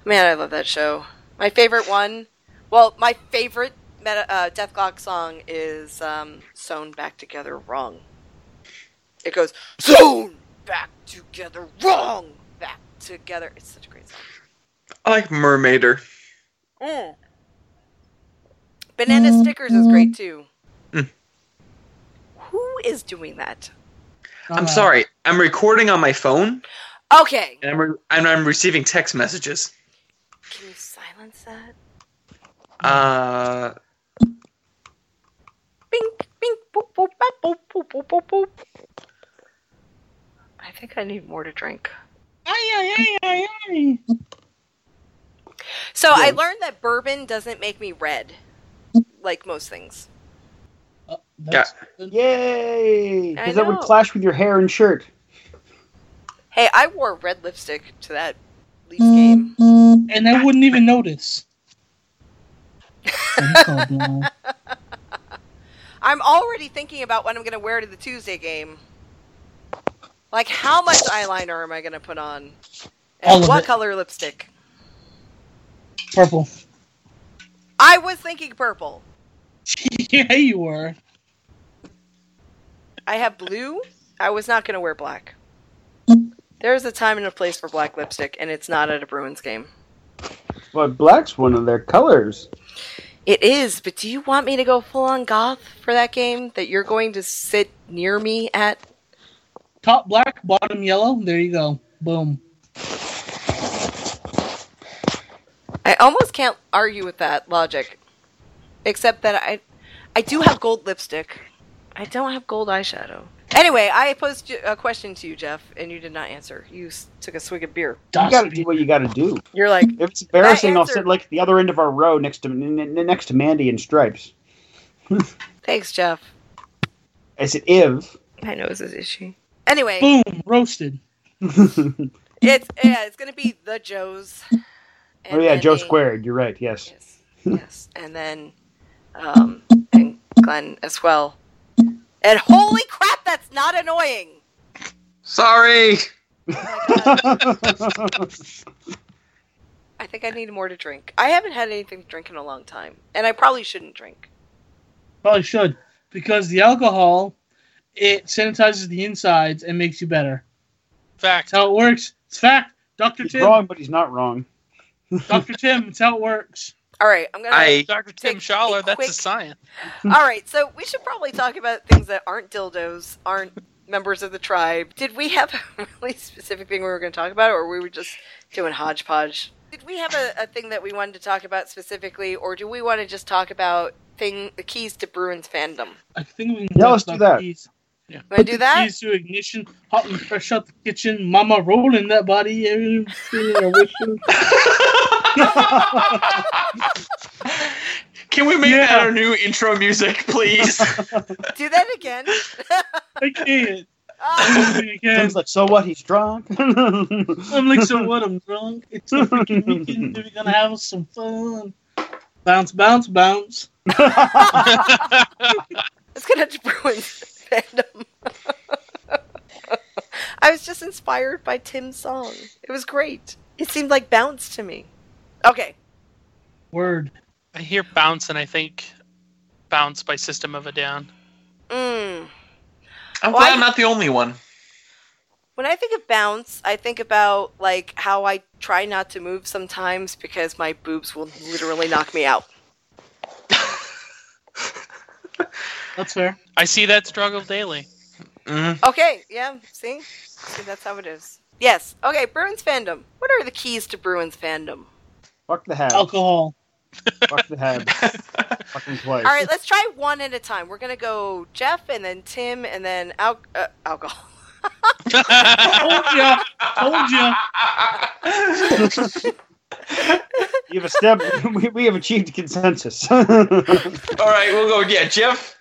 Speaker 2: Man, I love that show. My favorite one. Well, my favorite meta, uh, Death Clock song is um, "Sewn Back Together Wrong." It goes "Sewn Back Together Wrong." Back together. It's such a great song.
Speaker 4: i like mermaider
Speaker 2: Mm. Banana stickers is great too.
Speaker 4: Mm.
Speaker 2: Who is doing that?
Speaker 5: Uh-huh. Uh,
Speaker 4: i'm sorry i'm recording on my phone
Speaker 2: Okay.
Speaker 4: and i'm, re- and I'm receiving text messages
Speaker 2: Can you silence that?
Speaker 4: uh
Speaker 2: Bing, bing, boop, boop, bop, boop, boop, boop, boop, boop. I think I need more to drink.
Speaker 5: Ay, ay, ay, ay.
Speaker 2: So I learned that bourbon doesn't make me red, like most things.
Speaker 5: Uh, that's-
Speaker 6: Yay!
Speaker 2: I
Speaker 6: Because that would
Speaker 2: know.
Speaker 6: clash with your hair and shirt.
Speaker 2: Hey, I wore red lipstick to that Leafs game.
Speaker 5: And I wouldn't
Speaker 6: <laughs>
Speaker 5: even notice. I'm colorblind.
Speaker 2: I'm already thinking about what I'm going to wear to the Tuesday game. Like, how much eyeliner am I going to put on? And
Speaker 5: All of
Speaker 2: what
Speaker 5: it.
Speaker 2: color lipstick?
Speaker 5: Purple. <laughs>
Speaker 2: I was thinking purple.
Speaker 5: yeah, you were.
Speaker 2: I have blue. I was not going to wear black. There is a time and a place for black lipstick, and it's not at a Bruins game.
Speaker 6: But black's one of their colors.
Speaker 2: It is, but do you want me to go full on goth for that game that you're going to sit near me at?
Speaker 5: Top black, bottom yellow. There you go. Boom.
Speaker 2: I almost can't argue with that logic, except that I, I do have gold lipstick. I don't have gold eyeshadow. Anyway, I posed you- a question to you, Jeff, and you did not answer. You s- took a swig of beer.
Speaker 6: You gotta do
Speaker 5: Dusty.
Speaker 6: what you gotta do.
Speaker 2: You're like,
Speaker 6: If it's embarrassing, I'll
Speaker 2: answer-
Speaker 6: sit like at the other end of our row next to n- n- next to Mandy and Stripes.
Speaker 2: thanks, Jeff.
Speaker 6: I said, "If <laughs>
Speaker 2: My nose is itchy. Anyway,
Speaker 5: Boom. Roasted.
Speaker 2: It's yeah, it's gonna be the Joes. And
Speaker 6: oh yeah,
Speaker 2: then
Speaker 6: Joe
Speaker 2: a-
Speaker 6: squared. You're right. Yes,
Speaker 2: Yes, yes, and then um, and Glenn as well. And holy crap, that's not annoying.
Speaker 4: sorry
Speaker 2: I think I need more to drink. I haven't had anything to drink in a long time, and I probably shouldn't drink.
Speaker 5: Probably should. Because the alcohol, it sanitizes the insides and makes you better. It's
Speaker 1: Fact.
Speaker 5: how it works. It's fact. Dr.
Speaker 6: he's
Speaker 5: Tim.
Speaker 6: wrong, but he's not wrong.
Speaker 5: Dr. Tim. It's how it works.
Speaker 2: All right, I'm gonna.
Speaker 4: i
Speaker 1: Dr. Tim
Speaker 2: Take a
Speaker 1: Schaller, that's
Speaker 2: quick-
Speaker 1: a
Speaker 2: <laughs>
Speaker 1: science. <laughs>
Speaker 2: All right, so we should probably talk about things that aren't dildos, aren't members of the tribe. Did we have a <laughs> really specific thing we were going to talk about, or we were just doing hodgepodge? Did we have a, a thing that we wanted to talk about specifically, or do we want to just talk about thing the keys to Bruins fandom?
Speaker 5: I think we can
Speaker 6: Yeah,
Speaker 5: talk
Speaker 6: let's do
Speaker 5: about
Speaker 6: that.
Speaker 5: these.
Speaker 2: Want to do that?
Speaker 5: Keys to ignition, hot and fresh out the kitchen. Mama rolling that body. eh, eh, I wish you-
Speaker 4: can we make
Speaker 5: Yeah.
Speaker 4: that our new intro music please
Speaker 2: Do that again?
Speaker 5: I can't.
Speaker 2: Ah,
Speaker 5: I
Speaker 6: Tim's
Speaker 5: can't.
Speaker 6: like, so what? Hehe's drunk. <laughs>
Speaker 5: I'm like, so what? I'm drunk. It's the freaking weekend. We're gonna have some fun. Bounce, bounce, bounce.
Speaker 2: let's <laughs> get into Bruins fandom. <laughs> I was just inspired by Tim's song. It was great. It seemed like bounce to me. Okay.
Speaker 5: Word.
Speaker 1: I hear bounce and I think bounce by System of a Down.
Speaker 2: Mm.
Speaker 4: i'm
Speaker 2: Why-
Speaker 4: glad i'm not the only one
Speaker 2: When I think of bounce, I think about like how I try not to move sometimes because my boobs will literally knock me out.
Speaker 5: That's fair.
Speaker 1: I see that struggle daily.
Speaker 2: <laughs>
Speaker 4: Mhm.
Speaker 2: Okay, yeah, see? See, that's how it is. Yes. Okay, Bruins fandom. What are the keys to Bruins fandom?
Speaker 6: Fuck the Habs.
Speaker 5: Alcohol.
Speaker 6: Fuck the Habs. Fucking place.
Speaker 2: All right, let's try one at a time. We're going to go Jeff and then Tim and then al- uh, alcohol.
Speaker 5: Told ya. Told ya.
Speaker 6: You've established. <laughs> We, we have achieved consensus. <laughs> Fuck
Speaker 4: All right, we'll go. Yeah, Jeff.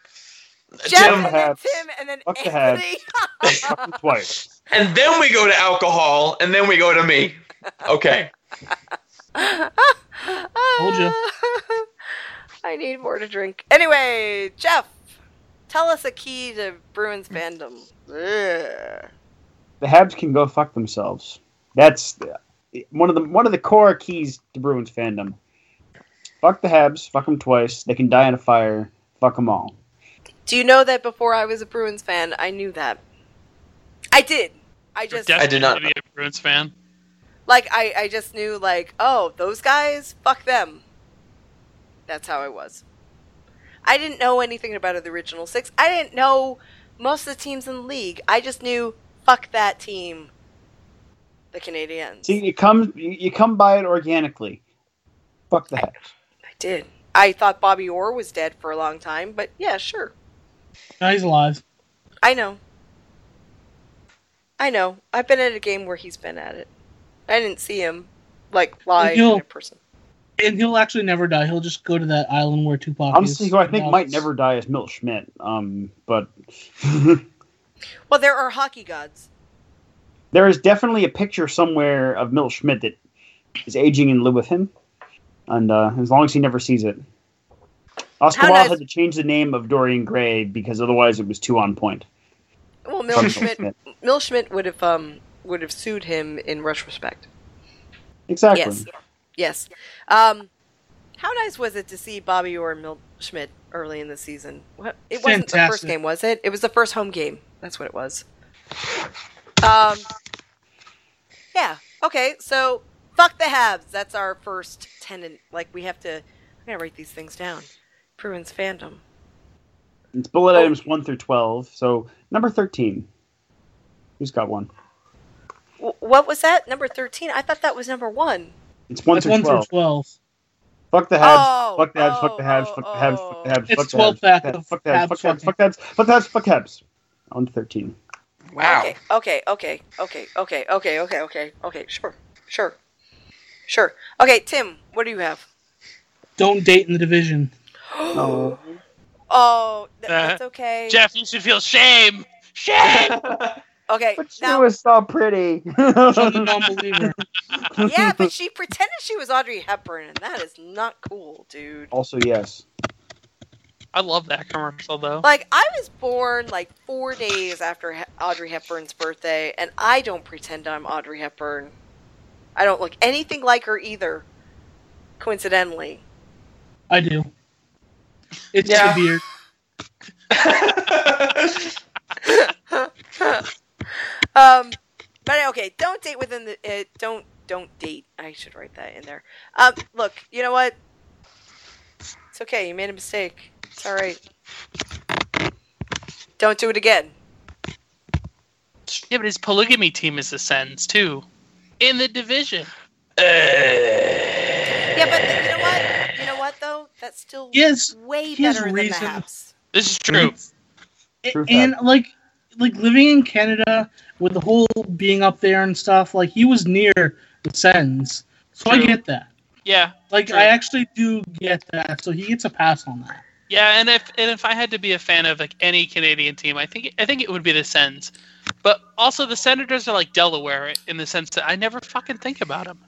Speaker 2: Jeff
Speaker 4: Tim
Speaker 2: and then
Speaker 6: Habs.
Speaker 2: Tim and then
Speaker 6: Fuck the
Speaker 2: Anthony.
Speaker 6: twice.
Speaker 4: And then we go to alcohol, and then we go to me.
Speaker 2: <laughs>
Speaker 4: Okay.
Speaker 5: Told ya.
Speaker 2: I need more to drink. Anyway, Jeff, tell us a key to Bruins fandom. Ugh.
Speaker 6: The Habs can go fuck themselves. That's the- one of the one of the core keys to Bruins fandom. Fuck the Habs. Fuck them twice. They can die in a fire. Fuck them all.
Speaker 2: Do you know that before I was a Bruins fan, I knew that. I did. I
Speaker 1: You're
Speaker 2: just
Speaker 4: I did not
Speaker 1: definitely be a Bruins fan.
Speaker 2: like I, I just knew like, oh, those guys, fuck them. That's how I was. I didn't know anything about the original six. I didn't know most of the teams in the league. I just knew fuck that team. The Canadiens.
Speaker 6: See, you come you, you come by it organically. Fuck the Habs.
Speaker 2: I did. I thought Bobby Orr was dead for a long time, but yeah, sure.
Speaker 5: Now he's alive.
Speaker 2: I know. I know. I've been at a game where he's been at it. I didn't see him like live
Speaker 5: You'll-
Speaker 2: in person.
Speaker 5: And he'll actually never die. He'll just go to that island where Tupac
Speaker 6: Honestly,
Speaker 5: is.
Speaker 6: who I think
Speaker 5: Now
Speaker 6: might
Speaker 5: it's-
Speaker 6: never die is Milt Schmidt. Um, <laughs> but
Speaker 2: Well, there are hockey gods.
Speaker 6: there is definitely a picture somewhere of Milt Schmidt that is aging in live with him, and uh, as long as he never sees it. Oscar
Speaker 2: How
Speaker 6: Wilde
Speaker 2: nice-
Speaker 6: had to change the name of Dorian Gray because otherwise it was too on point.
Speaker 2: Well, Mil
Speaker 6: Fuck
Speaker 2: Schmidt, Mil Schmidt would have um would have sued him in retrospect.
Speaker 6: Exactly.
Speaker 2: Yes, yes. Um, how nice was it to see Bobby Orr and Mil Schmidt early in the season? What it wasn't the first
Speaker 5: Fantastic.
Speaker 2: game, was it? It was the first home game. That's what it was. Um, yeah. Okay. So fuck the Habs. That's our first tenant. Like we have to. I'm gonna write these things down. Bruins fandom.
Speaker 6: It's bullet
Speaker 2: Oh.
Speaker 6: items one through twelve. So number thirteen. Who's got one?
Speaker 2: W- what was that? Number thirteen. I thought that was number one.
Speaker 6: It's one
Speaker 5: That's
Speaker 6: through
Speaker 5: one through
Speaker 6: twelve.
Speaker 5: twelve.
Speaker 6: Fuck the Habs.
Speaker 2: Oh,
Speaker 6: fuck the Habs.
Speaker 2: oh,
Speaker 6: fuck the Habs.
Speaker 2: oh,
Speaker 6: fuck the Habs.
Speaker 2: oh.
Speaker 6: fuck the Habs.
Speaker 5: It's
Speaker 6: fuck the
Speaker 5: 12
Speaker 6: Habs,
Speaker 5: pack
Speaker 6: fuck the
Speaker 5: of
Speaker 6: Habs.
Speaker 5: Habs
Speaker 6: Fuck the Habs. Fuck the Habs. Fuck the Habs. Fuck the Habs. On to thirteen.
Speaker 4: Wow.
Speaker 2: Okay, okay, okay, okay, okay, okay, okay, okay, okay, sure, sure, sure. Okay, Tim, what do you
Speaker 6: <gasps>
Speaker 2: have?
Speaker 5: Don't date in the division.
Speaker 6: Oh.
Speaker 2: Oh, th- that's okay.
Speaker 1: Jeff, you should feel shame. Shame.
Speaker 2: okay,
Speaker 6: But she
Speaker 2: now,
Speaker 6: was so <laughs> pretty.
Speaker 5: Show the non-believer.
Speaker 2: yeah, but she pretended she was Audrey Hepburn, and that is not cool, dude.
Speaker 6: also, yes.
Speaker 1: <laughs> I love that commercial though.
Speaker 2: Like, I was born like four days after he- Audrey Hepburn's birthday, and I don't pretend I'm Audrey Hepburn. I don't look anything like her either, coincidentally.
Speaker 5: I do. It's
Speaker 4: Yeah.
Speaker 5: the beard.
Speaker 2: Um, but okay, don't date within the uh, don't don't date. I should write that in there. Um, look, you know what? It's okay. You made a mistake. It's all right. Don't do it again.
Speaker 1: Yeah, but his polygamy team is ascends too, in the division.
Speaker 2: Yeah, but th- you know what? You know what though? That's still
Speaker 5: Yes,
Speaker 2: way
Speaker 5: he has
Speaker 2: better
Speaker 5: reason.
Speaker 2: than the Habs.
Speaker 1: This is true.
Speaker 4: Mm-hmm.
Speaker 6: True
Speaker 5: and like like living in Canada with the whole being up there and stuff, like he was near the Sens. So I
Speaker 1: True.
Speaker 5: get that.
Speaker 1: Yeah,
Speaker 5: Like
Speaker 1: True.
Speaker 5: I actually do get that. So he gets a pass on that.
Speaker 1: yeah. And if and if I had to be a fan of like any Canadian team, I think I think it would be the Sens. But also the Senators are like Delaware in the sense that I never fucking think about them.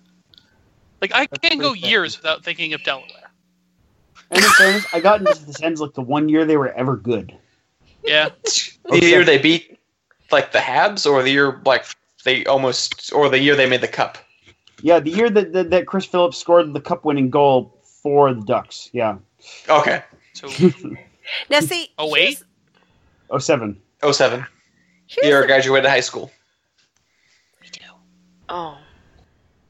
Speaker 1: Like I can go
Speaker 6: pretty
Speaker 1: years without thinking of Delaware.
Speaker 6: And in fairness, I got into the Sens like the one year they were ever good.
Speaker 1: Yeah,
Speaker 4: The year they beat like the Habs, or the year like they almost, or the year they made the cup.
Speaker 6: Yeah, the year that, that, that Chris Phillips scored the cup winning goal for the Ducks. Yeah.
Speaker 4: Okay.
Speaker 1: <laughs> so
Speaker 2: Now see,
Speaker 1: Oh, wait.
Speaker 6: Oh seven.
Speaker 4: oh seven.
Speaker 2: here's,
Speaker 4: Year I
Speaker 2: here's the,
Speaker 4: graduated high school.
Speaker 2: Oh.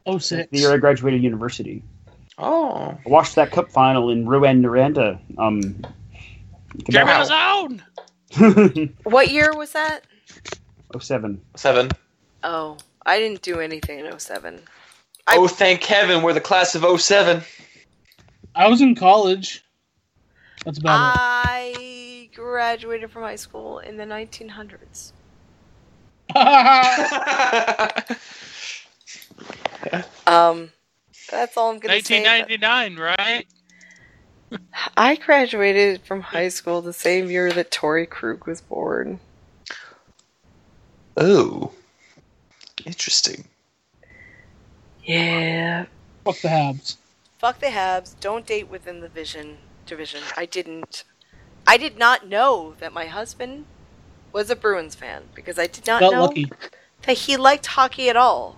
Speaker 5: Oh six.
Speaker 6: the year I graduated university.
Speaker 4: Oh.
Speaker 6: I watched that cup final in Rouen, Noranda. Um, <laughs>
Speaker 1: German zone.
Speaker 2: What year was that?
Speaker 6: oh seven.
Speaker 4: Seven.
Speaker 2: Oh, I didn't do anything in 07. I-
Speaker 4: Oh, thank heaven, we're the class of
Speaker 2: <laughs>
Speaker 4: 07.
Speaker 5: I was in college. That's about
Speaker 2: I graduated from high school in the 1900s. Uh,
Speaker 5: it. <laughs>
Speaker 2: Um, that's all I'm going to say. about-
Speaker 1: 1999, right?
Speaker 2: I graduated from high school the same year that Tori Krug was born.
Speaker 4: oh. Interesting.
Speaker 2: Yeah.
Speaker 5: Fuck the Habs.
Speaker 2: Fuck the Habs. Don't date within the vision division. I didn't. I did not know that my husband was a Bruins fan because I did not
Speaker 5: Felt
Speaker 2: know
Speaker 5: lucky.
Speaker 2: that he liked hockey at all.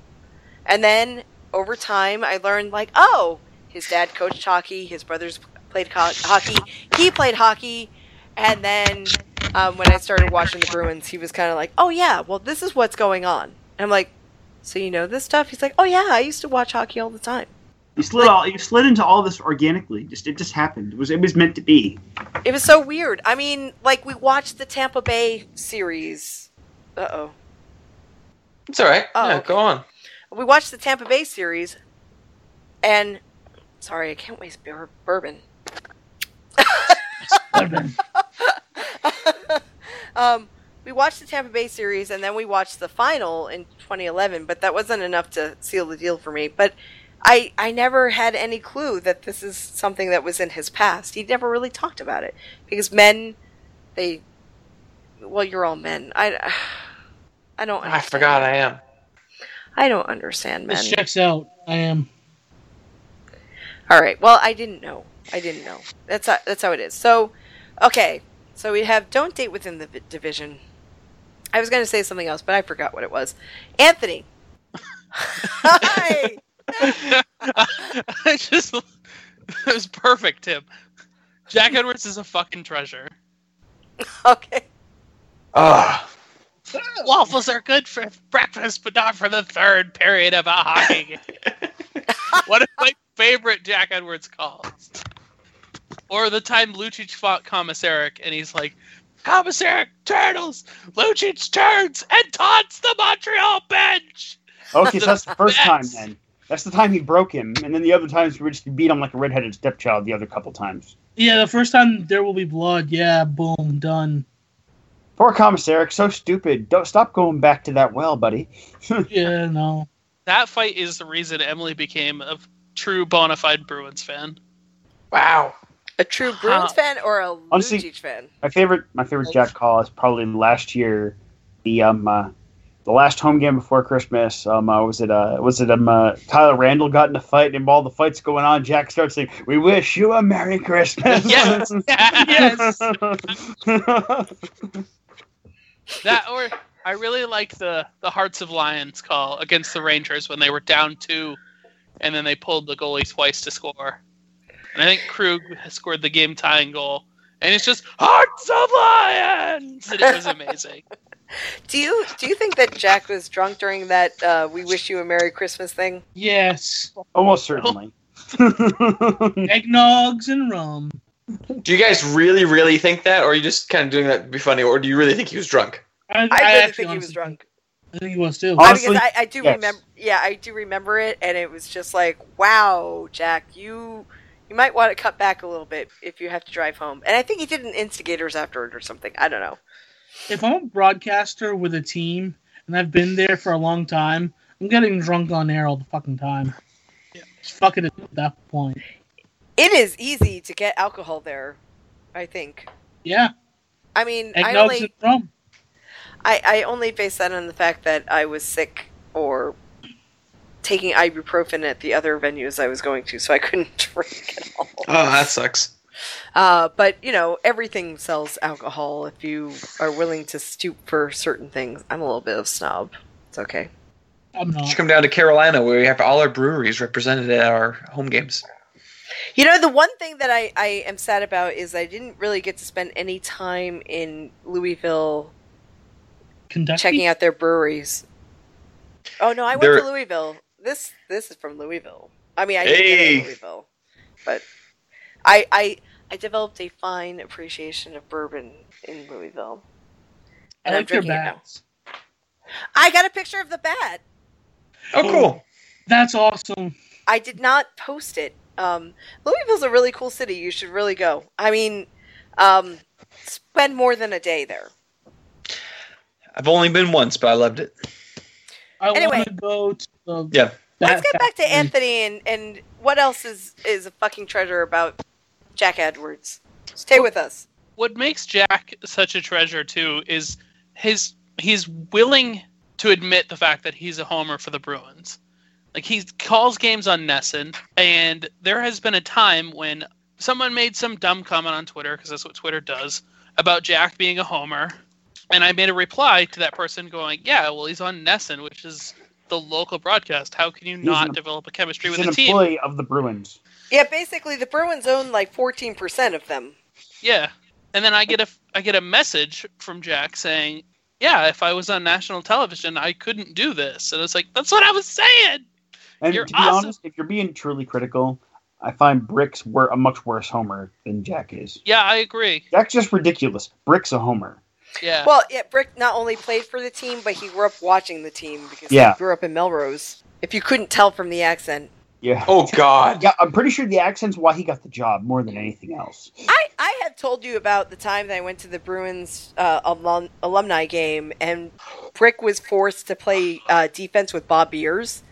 Speaker 2: And then over time, I learned like, oh, his dad coached hockey, his brothers played co- hockey, he played hockey, and then um, when I started watching the Bruins, he was kind of like, oh yeah, well this is what's going on. And I'm like, so you know this stuff? He's like, oh yeah, I used to watch hockey all the time.
Speaker 6: You slid all. You slid into all this organically. Just it just happened. It was it was meant to be.
Speaker 2: It was so weird. I mean, like we watched the Tampa Bay series. Uh oh.
Speaker 4: It's all right.
Speaker 2: Oh,
Speaker 4: yeah,
Speaker 2: okay.
Speaker 4: go on.
Speaker 2: we watched the Tampa Bay series, and sorry, I can't waste bur- bourbon. <laughs> um, we watched the Tampa Bay series, and then we watched the final in 2011. But that wasn't enough to seal the deal for me. But I, I never had any clue that this is something that was in his past. He never really talked about it because men, they, well, you're all men. I, I don't.
Speaker 4: I forgot I am.
Speaker 2: I don't understand men.
Speaker 5: This checks out. I am.
Speaker 2: All right. Well, I didn't know. I didn't know. That's how, that's how it is. So, okay. So we have don't date within the vi- division. I was going to say something else, but I forgot what it was. Anthony.
Speaker 5: <laughs>
Speaker 2: Hi.
Speaker 1: <laughs> I just it was perfect, Tim. Jack Edwards is a fucking treasure.
Speaker 2: Okay.
Speaker 4: Ah.
Speaker 1: Waffles are good for breakfast, but not for the third period of a hockey game. One of my favorite Jack Edwards calls. Or the time Lucic fought Komisarek, and he's like, Komisarek turtles! Lucic turns and taunts the Montreal bench!
Speaker 6: Okay, so that's
Speaker 1: <laughs>
Speaker 6: the first time
Speaker 1: Yes.
Speaker 6: then. That's the time he broke him, and then the other times we just beat him like a redheaded stepchild. The other couple times.
Speaker 5: Yeah, the first time there will be blood. Yeah, boom, done.
Speaker 6: Poor commissaric, so stupid. Don't stop going back to that well, buddy.
Speaker 5: Yeah, no.
Speaker 1: That fight is the reason Emily became a true bona fide Bruins fan.
Speaker 4: Wow.
Speaker 2: A true Bruins fan or a
Speaker 6: Honestly-
Speaker 2: Lucic fan?
Speaker 6: My favorite, my favorite Jack call is probably last year, the um, uh, the last home game before Christmas. Um, uh, was it uh, was it um, uh, Tyler Randall got in a fight, and while the fight's going on, Jack starts saying, "We wish you a Merry Christmas."
Speaker 1: <laughs>
Speaker 6: <laughs>
Speaker 1: Yes. Yes. <laughs> That or I really like the the Hearts of Lions call against the Rangers when they were down two, and then they pulled the goalie twice to score. And I think Krug scored the game tying goal, and it's just Hearts of Lions, and it was amazing.
Speaker 2: Do you do you think that Jack was drunk during that uh, "We wish you a Merry Christmas" thing?
Speaker 5: Yes.
Speaker 2: Oh.
Speaker 6: Almost
Speaker 1: <laughs>
Speaker 6: certainly. <laughs>
Speaker 5: Eggnogs and rum.
Speaker 4: Do you guys really, really think that, or are you just kind of doing that to be funny, or do you really think he was drunk?
Speaker 5: I,
Speaker 2: I, really
Speaker 5: actually
Speaker 2: think he was
Speaker 5: honestly-
Speaker 2: drunk.
Speaker 5: I think he was too.
Speaker 6: Oh.
Speaker 2: I-
Speaker 6: Honestly,
Speaker 2: because I, I do
Speaker 6: yes.
Speaker 2: remember. Yeah, I do remember it, and it was just like, wow, Jack, you you might want to cut back a little bit if you have to drive home. And I think he did an instigators after it or something. I don't know.
Speaker 5: if I'm a broadcaster with a team and I've been there for a long time, I'm getting drunk on air all the fucking time. It's fucking at that point.
Speaker 2: It is easy to get alcohol there. I think.
Speaker 5: Yeah,
Speaker 2: I mean, I
Speaker 5: eggnogs and
Speaker 2: only
Speaker 5: rum.
Speaker 2: I, I only base that on the fact that I was sick or taking ibuprofen at the other venues I was going to, so I couldn't <laughs> drink at all.
Speaker 4: Oh, that sucks.
Speaker 2: Uh, but you know, everything sells alcohol if you are willing to stoop for certain things. I'm a little bit of a snob. It's okay.
Speaker 5: I'm
Speaker 4: You
Speaker 5: not.
Speaker 4: should come down to Carolina where we have all our breweries represented at our home games.
Speaker 2: You know, the one thing that I, I am sad about is I didn't really get to spend any time in Louisville
Speaker 5: Kentucky.
Speaker 2: checking out their breweries. Oh no, I went
Speaker 4: There-
Speaker 2: to Louisville. This this is from Louisville. I mean, I didn't get it
Speaker 4: Hey.
Speaker 2: in Louisville, but I I I developed a fine appreciation of bourbon in Louisville.
Speaker 5: I
Speaker 2: And I'm
Speaker 5: like your
Speaker 2: drinking it now.
Speaker 5: bats.
Speaker 2: I got a picture of the bat.
Speaker 4: Oh, cool.
Speaker 5: That's awesome.
Speaker 2: I did not post it. Um, Louisville's a really cool city. You should really go. I mean, um, spend more than a day there.
Speaker 4: I've only been once, but I loved it.
Speaker 5: I
Speaker 2: Anyway.
Speaker 5: want to go to the
Speaker 4: Yeah.
Speaker 2: Let's get back to
Speaker 5: <laughs> factory.
Speaker 2: Anthony and, and what else is, is a fucking treasure about Jack Edwards. Stay with us.
Speaker 1: what makes Jack such a treasure too is his he's willing to admit the fact that he's a homer for the Bruins. Like he calls games on Nesson, and there has been a time when someone made some dumb comment on Twitter because that's what Twitter does about Jack being a homer, and I made a reply to that person going, "Yeah, well he's on Nesson, which is the local broadcast. How can you
Speaker 6: He's
Speaker 1: not
Speaker 6: an-
Speaker 1: develop a chemistry
Speaker 6: He's
Speaker 1: with
Speaker 6: an
Speaker 1: a team?"
Speaker 6: employee of the Bruins.
Speaker 2: Yeah, basically the Bruins own like fourteen percent of them.
Speaker 1: Yeah, and then I get a I get a message from Jack saying, "Yeah, if I was on national television, I couldn't do this." And it's like, "That's what I was saying."
Speaker 6: And
Speaker 1: You're
Speaker 6: to be
Speaker 1: awesome.
Speaker 6: honest, if you're being truly critical, I find Brick's wor- a much worse homer than Jack is.
Speaker 1: Yeah, I agree.
Speaker 6: Jack's just ridiculous. Brick's a homer.
Speaker 1: Yeah,
Speaker 2: Well, yeah, Brick not only played for the team, but he grew up watching the team because
Speaker 6: Yeah.
Speaker 2: he grew up in Melrose. If you couldn't tell from the accent,
Speaker 6: Yeah.
Speaker 4: Oh God.
Speaker 6: Yeah, I'm pretty sure the accent's why he got the job more than anything else.
Speaker 2: I, I had told you about the time that I went to the Bruins uh, alum, alumni game and Brick was forced to play uh, defense with Bob Ears.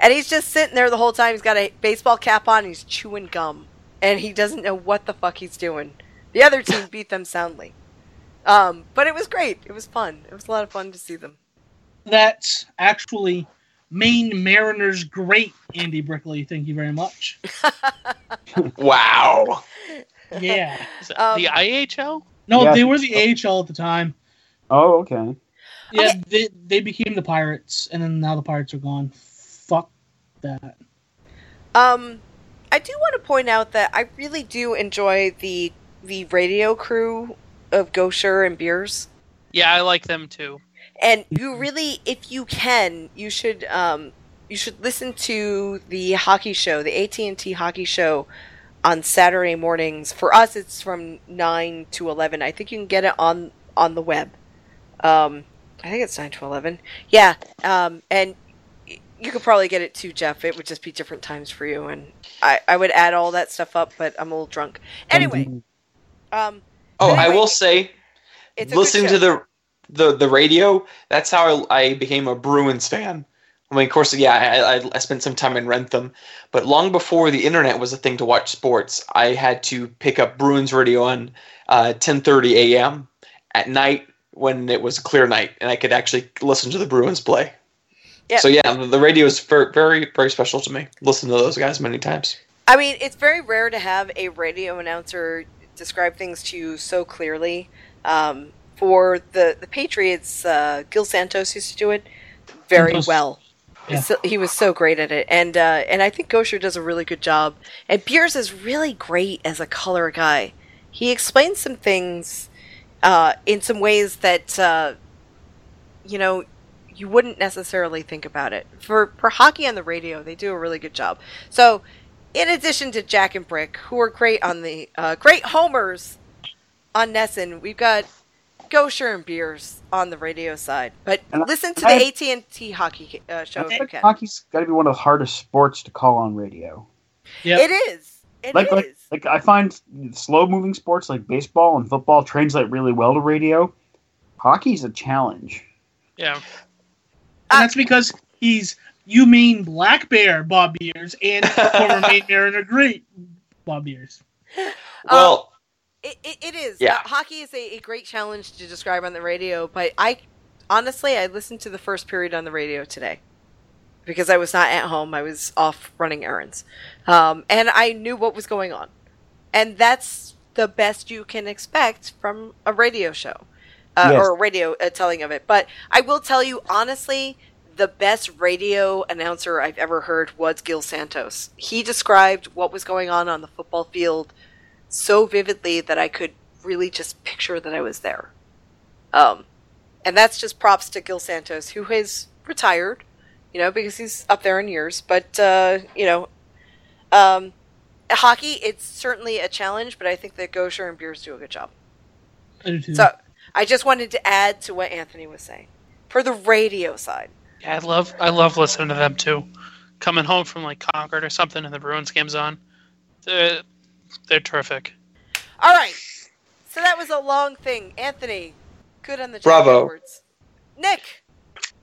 Speaker 2: And he's just sitting there the whole time. He's got a baseball cap on. He's chewing gum. And he doesn't know what the fuck he's doing. The other team beat them soundly. Um, but it was great. It was fun. It was a lot of fun to see them.
Speaker 5: That's actually Maine Mariners great Andy Brickley. Thank you
Speaker 2: <laughs>
Speaker 5: very much.
Speaker 4: Wow.
Speaker 5: Yeah.
Speaker 1: Is that
Speaker 2: um,
Speaker 1: the IHL.
Speaker 5: No,
Speaker 6: Yeah.
Speaker 5: they were the AHL at the time.
Speaker 6: Oh, okay.
Speaker 5: Yeah, they, they became the Pirates, and then now the Pirates are gone. Fuck that.
Speaker 2: Um, I do want to point out that I really do enjoy the the radio crew of Gosher and Beers.
Speaker 1: Yeah, I like them too.
Speaker 2: and you really if you can you should um you should listen to the hockey show the AT&T hockey show on Saturday mornings for us it's from 9 to 11 I think you can get it on on the web um I think it's 9 to 11 yeah um and y- you could probably get it too Jeff it would just be different times for you and I I would add all that stuff up but I'm a little drunk anyway um
Speaker 4: Oh, I
Speaker 2: Anyway,
Speaker 4: will say,
Speaker 2: it's a good
Speaker 4: listening
Speaker 2: show.
Speaker 4: to the the the radio, that's how I, I became a Bruins fan. I mean, of course, yeah, I, I, I spent some time in Rentham, but long before the internet was a thing to watch sports, I had to pick up Bruins radio on uh, 10:30 a.m. at night when it was a clear night, and I could actually listen to the Bruins play.
Speaker 2: Yeah.
Speaker 4: So yeah, the- the radio is ver- very very special to me. Listen to those guys many times.
Speaker 2: I mean, it's very rare to have a radio announcer describe things to you so clearly. Um, for the the Patriots, uh, Gil Santos used to do it very
Speaker 5: Santos.
Speaker 2: well.
Speaker 5: Yeah.
Speaker 2: So- he was so great at it, and uh, and I think Gosher does a really good job. And Beers is really great as a color guy. He explains some things uh, in some ways that uh, you know you wouldn't necessarily think about it. For for hockey on the radio, they do a really good job. So, in addition to Jack and Brick, who are great on the uh, great homers on Nesson, we've got Gosher and Beers on the radio side. But
Speaker 6: And I-
Speaker 2: listen to
Speaker 6: and I-
Speaker 2: the AT and T hockey uh, show
Speaker 6: I
Speaker 2: if you
Speaker 6: think
Speaker 2: can.
Speaker 6: hockey's got to be one of the hardest sports to call on radio.
Speaker 5: Yep.
Speaker 2: It is. It is.
Speaker 6: Like, like, like I find slow-moving sports like baseball and football translate really well to radio. Hockey's a challenge.
Speaker 1: Yeah,
Speaker 2: Uh,
Speaker 5: And that's because he's you mean Black Bear Bob Ears and
Speaker 2: <laughs>
Speaker 5: former Maine Mariner great Bob Ears.
Speaker 2: Um,
Speaker 4: Well.
Speaker 2: It, it, it is.
Speaker 4: Yeah.
Speaker 2: Uh, hockey is a, a great challenge to describe on the radio, but I honestly I listened to the first period on the radio today because I was not at home. I was off running errands, um, and I knew what was going on, and that's the best you can expect from a radio show uh,
Speaker 6: Yes.
Speaker 2: or a radio uh, telling of it. But I will tell you honestly. The best radio announcer I've ever heard was Gil Santos. He described what was going on on the football field so vividly that I could really just picture that I was there. Um, and that's just props to Gil Santos, who has retired you know, because he's up there in years. But uh, you know, um, hockey it's certainly a challenge, but I think that Gosher and Beers do a good job.
Speaker 5: I do too.
Speaker 2: So I just wanted to add to what Anthony was saying for the radio side.
Speaker 1: Yeah, I love I love listening to them too. Coming home from like Concord or something, and the Bruins game's on. They're, they're terrific.
Speaker 2: All right, so that was a long thing, Anthony. Good on the
Speaker 4: Bravo.
Speaker 2: words. Nick,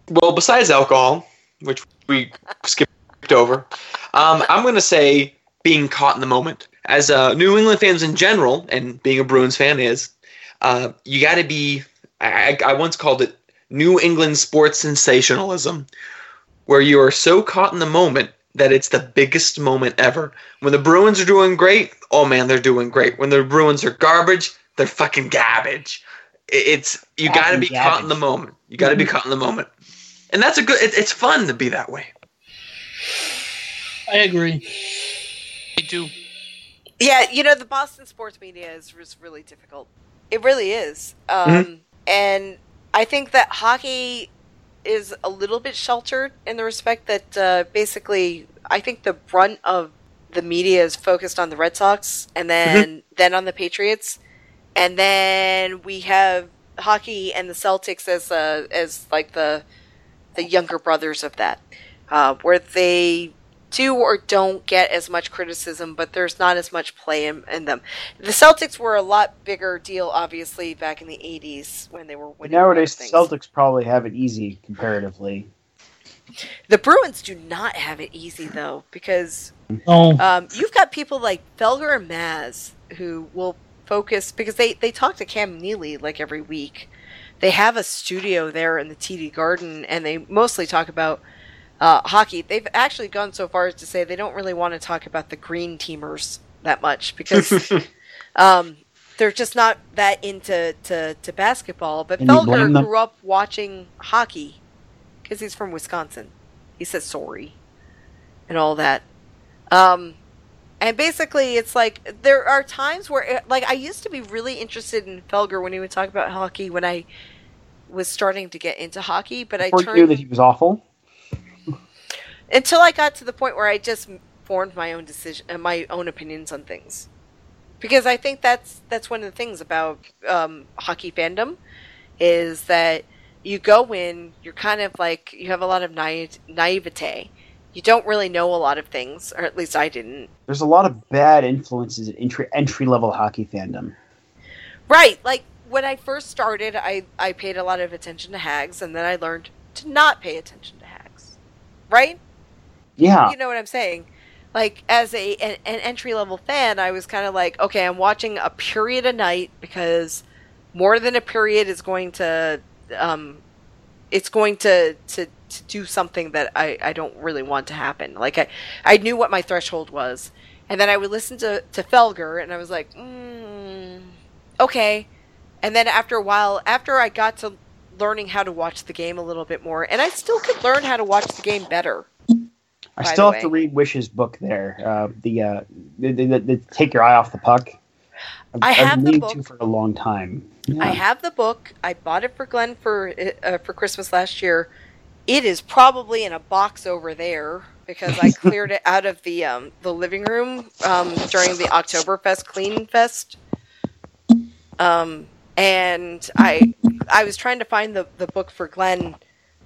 Speaker 4: Well, besides alcohol, which we skipped over, um, I'm going to say being caught in the moment. As uh, New England fans in general, and being a Bruins fan is, uh, you got to be. I, I I once called it New England sports sensationalism, where you are so caught in the moment that it's the biggest moment ever. When the Bruins are doing great, oh man, they're doing great. When the Bruins are garbage, they're fucking garbage. It- It's you got to be
Speaker 6: Fucking
Speaker 4: caught in the
Speaker 6: garbage.
Speaker 4: moment. You got to be caught in the moment, and that's a good. It, it's fun to be that way.
Speaker 5: I agree.
Speaker 1: They do.
Speaker 2: Yeah, you know the Boston sports media is is really difficult. It really is, um, and I think that hockey is a little bit sheltered in the respect that uh, basically I think the brunt of the media is focused on the Red Sox and then then on the Patriots, and then we have hockey and the Celtics as uh, as like the the younger brothers of that, uh, where they do or don't get as much criticism, but there's not as much play in, in them. The Celtics were a lot bigger deal, obviously, back in the '80s when they were winning. a lot of
Speaker 6: Nowadays,
Speaker 2: things.
Speaker 6: Celtics probably have it easy comparatively.
Speaker 2: The Bruins do not have it easy though, because
Speaker 5: Oh,
Speaker 2: um, you've got people like Felger and Maz who will focus because they they talk to Cam Neely like every week. They have a studio there in the TD Garden, and they mostly talk about uh, hockey. They've actually gone so far as to say they don't really want to talk about the green teamers that much
Speaker 4: <laughs>
Speaker 2: because um, they're just not that into to, to basketball. But
Speaker 6: Can you blame
Speaker 2: Felger
Speaker 6: them?
Speaker 2: grew up watching hockey because he's from Wisconsin. He says sorry and all that. Um, and basically, it's like there are times where, like, I used to be really interested in Felger when he would talk about hockey when I was starting to get into hockey, but I
Speaker 6: Before you
Speaker 2: turned
Speaker 6: knew that he was awful.
Speaker 2: until I got to the point where I just formed my own decision, uh, my own opinions on things, because I think that's that's one of the things about um, hockey fandom is that you go in, you're kind of like you have a lot of naive, naivete, you don't really know a lot of things, or at least I didn't.
Speaker 6: There's a lot of bad influences in entry entry level hockey fandom.
Speaker 2: Right, like when I first started, I I paid a lot of attention to hags, and then I learned to not pay attention to hags, right?
Speaker 6: Yeah,
Speaker 2: you know what I'm saying? Like as a an, an entry level fan, I was kind of like, okay, I'm watching a period a night because more than a period is going to um it's going to to, to do something that I, I don't really want to happen. Like I I knew what my threshold was. And then I would listen to to Felger and I was like, mm, okay. And then after a while, after I got to learning how to watch the game a little bit more, and I still could learn how to watch the game better.
Speaker 6: I
Speaker 2: by
Speaker 6: still
Speaker 2: the
Speaker 6: have to
Speaker 2: way.
Speaker 6: read Wish's book there. Uh, the, uh, the, the, the the take your eye off the puck. I've,
Speaker 2: I have
Speaker 6: I've
Speaker 2: the
Speaker 6: needed
Speaker 2: book.
Speaker 6: to for a long time.
Speaker 2: I
Speaker 6: Yeah.
Speaker 2: have the book. I bought it for Glenn for uh, for Christmas last year. It is probably in a box over there because I cleared it out of the um, the living room um, during the Oktoberfest Clean Fest. Um, and I I was trying to find the, the book for Glenn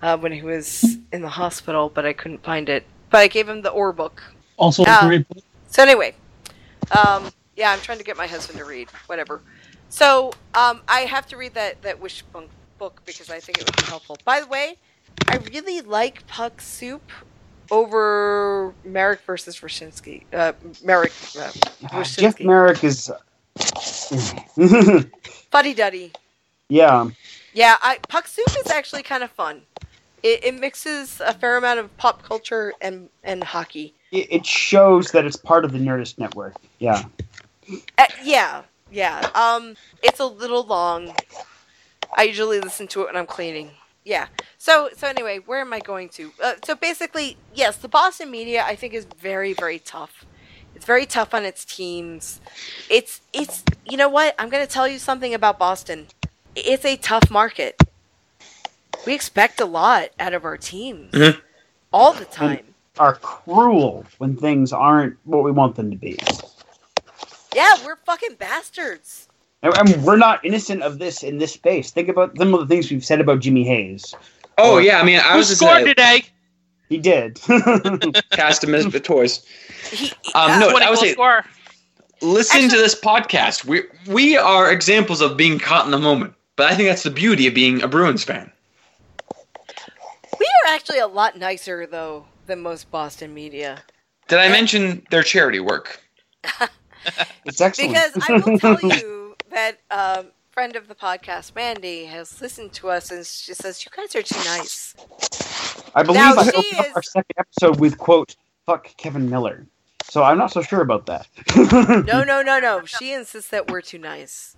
Speaker 2: uh, when he was in the hospital, but I couldn't find it. But I gave him the Or book.
Speaker 5: also
Speaker 2: Ah.
Speaker 5: great.
Speaker 2: So anyway, um, yeah, I'm trying to get my husband to read whatever. So um, I have to read that that wish book, book because I think it would be helpful. By the way, I really like Puck Soup over Merrick versus Rashinsky. Uh, Merrick, uh,
Speaker 6: Ah,
Speaker 2: Wyszynski.
Speaker 6: Jeff Merrick is. <laughs>
Speaker 2: Fuddy Duddy.
Speaker 6: yeah,
Speaker 2: Yeah, I, Puck Soup is actually kind of fun. It, it mixes a fair amount of pop culture and and hockey.
Speaker 6: it, it shows that it's part of the Nerdist network. Yeah,
Speaker 2: Uh, yeah, yeah. Um, it's a little long. I usually listen to it when I'm cleaning. Yeah. So, so anyway, where am I going to? Uh, so basically, yes, the Boston media I think is very, very tough. It's very tough on its teams. It's, it's. You know what? I'm going to tell you something about Boston. It's a tough market. We expect a lot out of our teams. all the time.
Speaker 6: are cruel when things aren't what we want them to be.
Speaker 2: Yeah, we're fucking bastards.
Speaker 6: And, and we're not innocent of this in this space. Think about some of the things we've said about Jimmy Hayes.
Speaker 4: Oh yeah, I mean, I
Speaker 1: Who
Speaker 4: was just
Speaker 1: scored
Speaker 4: gonna
Speaker 1: today?
Speaker 6: He did. <laughs>
Speaker 4: cast <laughs> him as the toys.
Speaker 2: He,
Speaker 4: Um, no,
Speaker 1: Twenty
Speaker 4: I would
Speaker 1: goal
Speaker 4: say
Speaker 1: scorer.
Speaker 4: listen to
Speaker 2: Actually-
Speaker 4: this podcast. We we are examples of being caught in the moment, but I think that's the beauty of being a Bruins fan.
Speaker 2: we are actually a lot nicer though than most Boston media.
Speaker 4: Did I mention their charity work?
Speaker 6: it's excellent.
Speaker 2: Because
Speaker 6: <laughs>
Speaker 2: I will tell you that um, friend of the podcast, Mandy, has listened to us and she says, "You guys are too nice."
Speaker 6: I believe
Speaker 2: Now,
Speaker 6: I
Speaker 2: she
Speaker 6: opened up
Speaker 2: is-
Speaker 6: our second episode with quote "fuck Kevin Miller," so I'm not so sure about that. <laughs>
Speaker 2: No, no, no, no. She insists that we're too nice.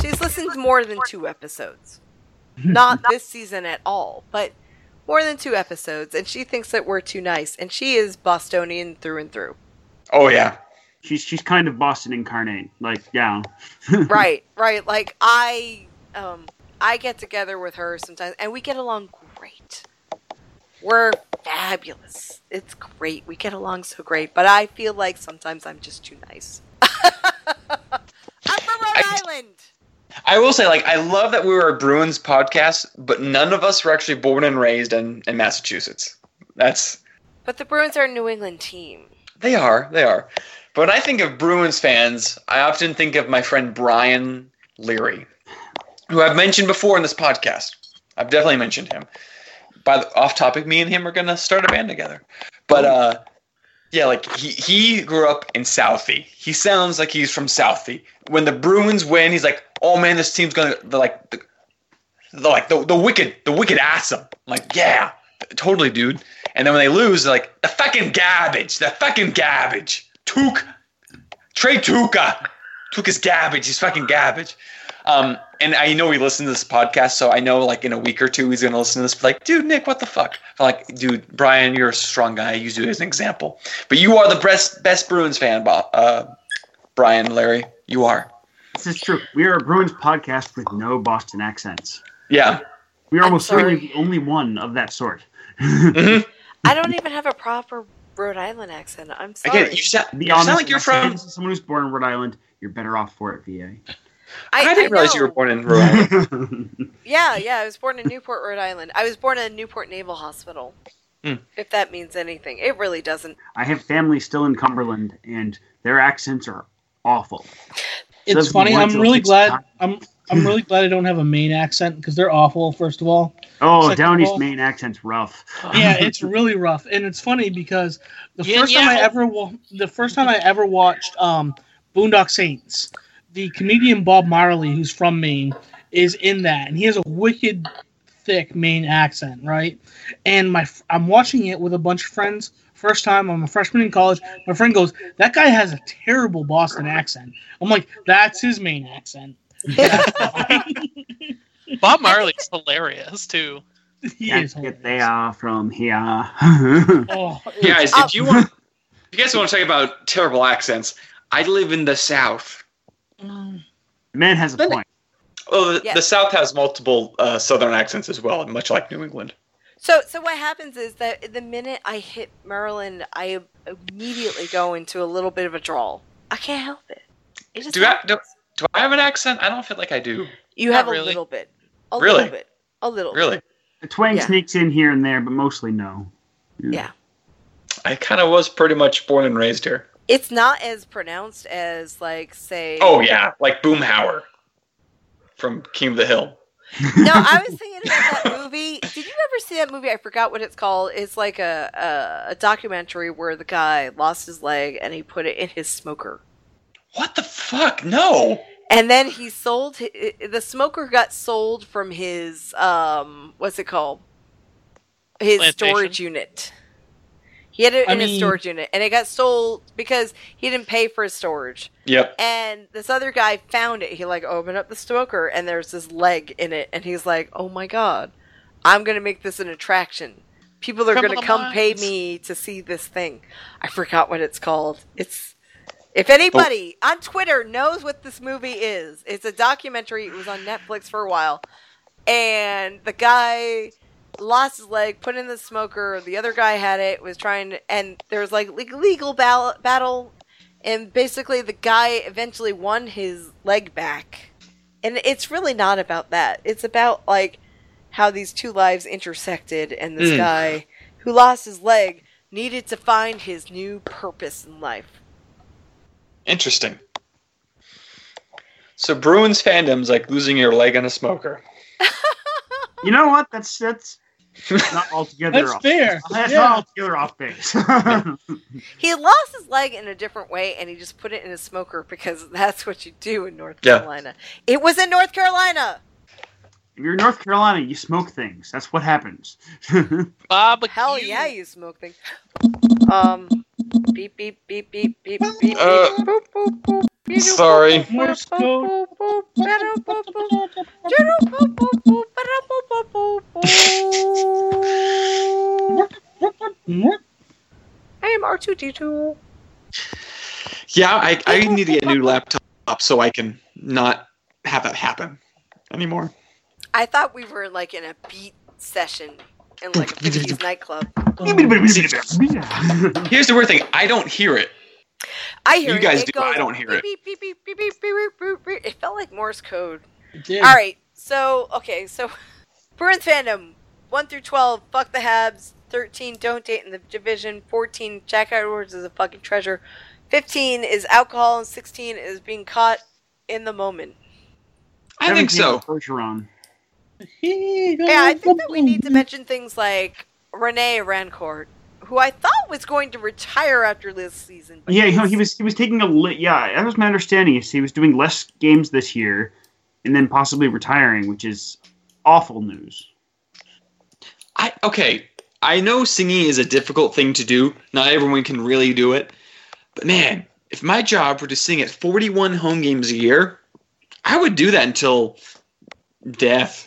Speaker 2: She's listened to more than two episodes, not this season at all, but more than two episodes, and she thinks that we're too nice, and she is Bostonian through and through.
Speaker 4: Oh yeah,
Speaker 6: she's she's kind of Boston incarnate. Like yeah,
Speaker 2: right right like i um i get together with her sometimes and we get along great we're fabulous it's great we get along so great but i feel like sometimes i'm just too nice <laughs> i'm from rhode
Speaker 4: I-
Speaker 2: island
Speaker 4: I will say like I love that we were a Bruins podcast, but none of us were actually born and raised in, in Massachusetts. That's
Speaker 2: but the bruins are a new england team
Speaker 4: They are. They are. But when I think of Bruins fans, I often think of my friend Brian Leary, who I've mentioned before in this podcast. I've definitely mentioned him. By the off topic, me and him are gonna start a band together. But uh yeah, like he, he grew up in Southie. He sounds like he's from Southie. When the Bruins win, he's like, "Oh man, this team's gonna they're like the, the like the, the wicked the wicked awesome." I'm like, yeah, totally, dude. And then when they lose, they're like, the fucking garbage, the fucking garbage. Took, Trey Tuca. Tuca's garbage. He's fucking garbage. Um, and I know he listened to this podcast, so I know like in a week or two he's gonna listen to this. Be like, dude, Nick, what the fuck? I'm like, dude, Brian, you're a strong guy. I use you as an example, but you are the best best Bruins fan, Bob, uh, Brian, Larry. You are.
Speaker 8: This is true. We are a Bruins podcast with no Boston accents.
Speaker 4: Yeah.
Speaker 8: We are
Speaker 2: I'm
Speaker 8: almost
Speaker 2: sorry.
Speaker 8: certainly the only one of that
Speaker 2: <laughs>
Speaker 8: sort.
Speaker 2: i don't even have a proper rhode island accent i'm sorry
Speaker 4: Again, you sound,
Speaker 8: Be
Speaker 4: you
Speaker 8: honest,
Speaker 4: sound like you're
Speaker 8: if I say
Speaker 4: from.
Speaker 8: this is someone who's born in Rhode Island. You're better off for it, VA.
Speaker 4: I, didn't realize you were
Speaker 2: know.
Speaker 4: born in
Speaker 8: <laughs>
Speaker 4: Rhode Island.
Speaker 2: Yeah, yeah. I was born in Newport, Rhode Island. I was born in Newport Naval Hospital.
Speaker 4: Hmm.
Speaker 2: If that means anything, it really doesn't.
Speaker 8: I have family still in Cumberland, and their accents are awful.
Speaker 5: It's
Speaker 8: Doesn't
Speaker 5: funny.
Speaker 8: want
Speaker 5: I'm
Speaker 8: to
Speaker 5: really
Speaker 8: fix
Speaker 5: glad.
Speaker 8: time.
Speaker 5: I'm I'm really glad I don't have a Maine accent because they're awful. First of all,
Speaker 8: Oh,
Speaker 5: Second
Speaker 8: down
Speaker 5: of
Speaker 8: east
Speaker 5: all-
Speaker 8: Maine accent's rough.
Speaker 1: <laughs>
Speaker 5: yeah, it's really rough, and it's funny because the
Speaker 1: Yeah,
Speaker 5: first time I
Speaker 1: yeah.
Speaker 5: ever wa- the first time I ever watched um, Boondock Saints, the comedian Bob Marley, who's from Maine, is in that, and he has a wicked thick Maine accent, right? And my f- I'm watching it with a bunch of friends. First time I'm a freshman in college. My friend goes, "That guy has a terrible Boston accent." I'm like, "That's his Maine accent." <laughs>
Speaker 1: Bob Marley's hilarious too.
Speaker 5: he
Speaker 8: Can't
Speaker 5: is
Speaker 8: get
Speaker 5: hilarious.
Speaker 8: they are from here.
Speaker 5: Oh, it's-
Speaker 4: guys,
Speaker 2: Oh.
Speaker 4: if you want, if you guys want to talk about terrible accents, I live in the South.
Speaker 8: the <laughs> man has a
Speaker 5: Then-
Speaker 8: point.
Speaker 4: Well, the,
Speaker 2: Yeah.
Speaker 4: the South has multiple uh, Southern accents as well, much like New England.
Speaker 2: So, so what happens is that the minute I hit Maryland, I immediately go into a little bit of a drawl. I can't help it. It just
Speaker 4: Do I,
Speaker 2: happens.
Speaker 4: do, do I have an accent? I don't feel like I do.
Speaker 2: you have
Speaker 1: Not really.
Speaker 2: a little bit, a
Speaker 4: Really?
Speaker 2: little bit, a little. bit.
Speaker 4: Really,
Speaker 8: The twang
Speaker 2: Yeah.
Speaker 8: sneaks in here and there, but mostly no.
Speaker 2: Yeah.
Speaker 4: I kind of was pretty much born and raised here.
Speaker 2: It's not as pronounced as like say.
Speaker 4: Oh yeah, like Boomhauer from King of the Hill.
Speaker 2: <laughs> No, I was thinking about that movie. Did you ever see that movie? I forgot what it's called. It's like a, a a documentary where the guy lost his leg and he put it in his smoker,
Speaker 4: What the fuck? No.
Speaker 2: and then he sold hi- the smoker got sold from his um what's it called his
Speaker 1: Plantation.
Speaker 2: storage unit. He had it
Speaker 5: I
Speaker 2: in his
Speaker 5: mean-
Speaker 2: storage unit, and it got sold because he didn't pay for his storage.
Speaker 4: Yep.
Speaker 2: And this other guy found it. He like opened up the smoker and there's this leg in it and he's like, "Oh my god. I'm going to make this an attraction. People are
Speaker 1: Criminal
Speaker 2: going to come pay
Speaker 1: minds."
Speaker 2: me to see this thing." I forgot what it's called. It's If anybody on Twitter knows what this movie is, it's a documentary. It was on Netflix for a while. And the guy lost his leg, put in the smoker. The other guy had it, was trying to, and there was like le- legal ball- battle, and basically the guy eventually won his leg back. And it's really not about that. It's about like how these two lives intersected, and this
Speaker 4: Mm.
Speaker 2: guy who lost his leg needed to find his new purpose in life.
Speaker 4: Interesting. So Bruins fandom's like losing your leg on a smoker.
Speaker 6: You know what? That's
Speaker 5: <laughs>
Speaker 6: that's not altogether
Speaker 5: That's
Speaker 6: off.
Speaker 5: fair.
Speaker 6: That's
Speaker 5: Yeah.
Speaker 6: not altogether
Speaker 8: <laughs>
Speaker 6: off base.
Speaker 2: He lost his leg in a different way, and he just put it in a smoker because <laughs> that's what you do in North
Speaker 4: Yeah.
Speaker 2: Carolina. It was in North Carolina.
Speaker 6: if you're in North Carolina, you smoke things. That's
Speaker 8: <laughs>
Speaker 6: what happens.
Speaker 1: Bob,
Speaker 2: Hell yeah, you smoke things. Um, beep beep beep beep beep beep beep.
Speaker 4: Uh,
Speaker 2: boop, boop, boop. Beep,
Speaker 4: sorry.
Speaker 2: boop, boop, boop,
Speaker 5: Morse
Speaker 2: boop,
Speaker 5: code.
Speaker 2: boop, boop, better, boop, boop, better, boop, boop, boop, better, boop, boop, boop, boop. I am R two D two.
Speaker 4: Yeah, I, <laughs> I need to get a new laptop so I can not have that happen anymore.
Speaker 2: I thought we were like in a beat session in
Speaker 4: <laughs>
Speaker 2: like a 50s nightclub.
Speaker 4: Here's the weird thing: I don't hear it.
Speaker 2: I hear
Speaker 4: You
Speaker 2: it.
Speaker 4: guys
Speaker 2: it
Speaker 4: do,
Speaker 2: goes
Speaker 4: I don't hear it.
Speaker 2: Beep, beep, beep, beep, beep, beep, beep, beep. It felt like Morse code.
Speaker 5: Damn.
Speaker 2: All right. So, okay. So, <laughs> Bruins fandom 1 through 12, fuck the Habs. 13, don't date in the division. 14, Jack Edwards is a fucking treasure. 15 is alcohol. And 16 is being caught in the moment.
Speaker 4: I think so.
Speaker 6: Bergeron.
Speaker 2: Yeah, I think that we need to mention things like Renee Rancourt, who I thought was going to retire after this season. but
Speaker 6: Yeah, you know,
Speaker 2: he's-
Speaker 6: he was he was taking a li- yeah. That was my understanding. Is he was doing less games this year, and then possibly retiring, which is awful news.
Speaker 4: I okay. I know singing is a difficult thing to do. Not everyone can really do it. But man, if my job were to sing at 41 home games a year, I would do that until death.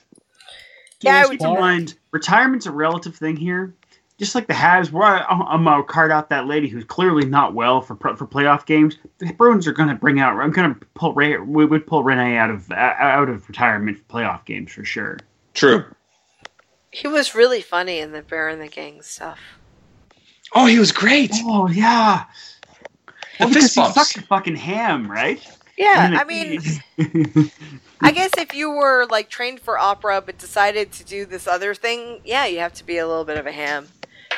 Speaker 2: Yeah, I
Speaker 6: Keep in mind, retirement's a relative thing here. Just like the Habs, where I, I'm gonna card out that lady who's clearly not well for pro- for playoff games. The Bruins are gonna bring out. I'm gonna pull Ray. We would pull Renee out of out of retirement for playoff games for sure.
Speaker 4: True.
Speaker 2: He was really funny in the Bear and the Gang stuff.
Speaker 4: Oh, he was great.
Speaker 6: Oh yeah,
Speaker 4: The
Speaker 6: well,
Speaker 4: fist
Speaker 6: because he
Speaker 4: bumps.
Speaker 6: sucked a fucking ham, right?
Speaker 2: Yeah, I mean,
Speaker 6: <laughs>
Speaker 2: I guess if you were like trained for opera but decided to do this other thing, yeah, you have to be a little bit of a ham.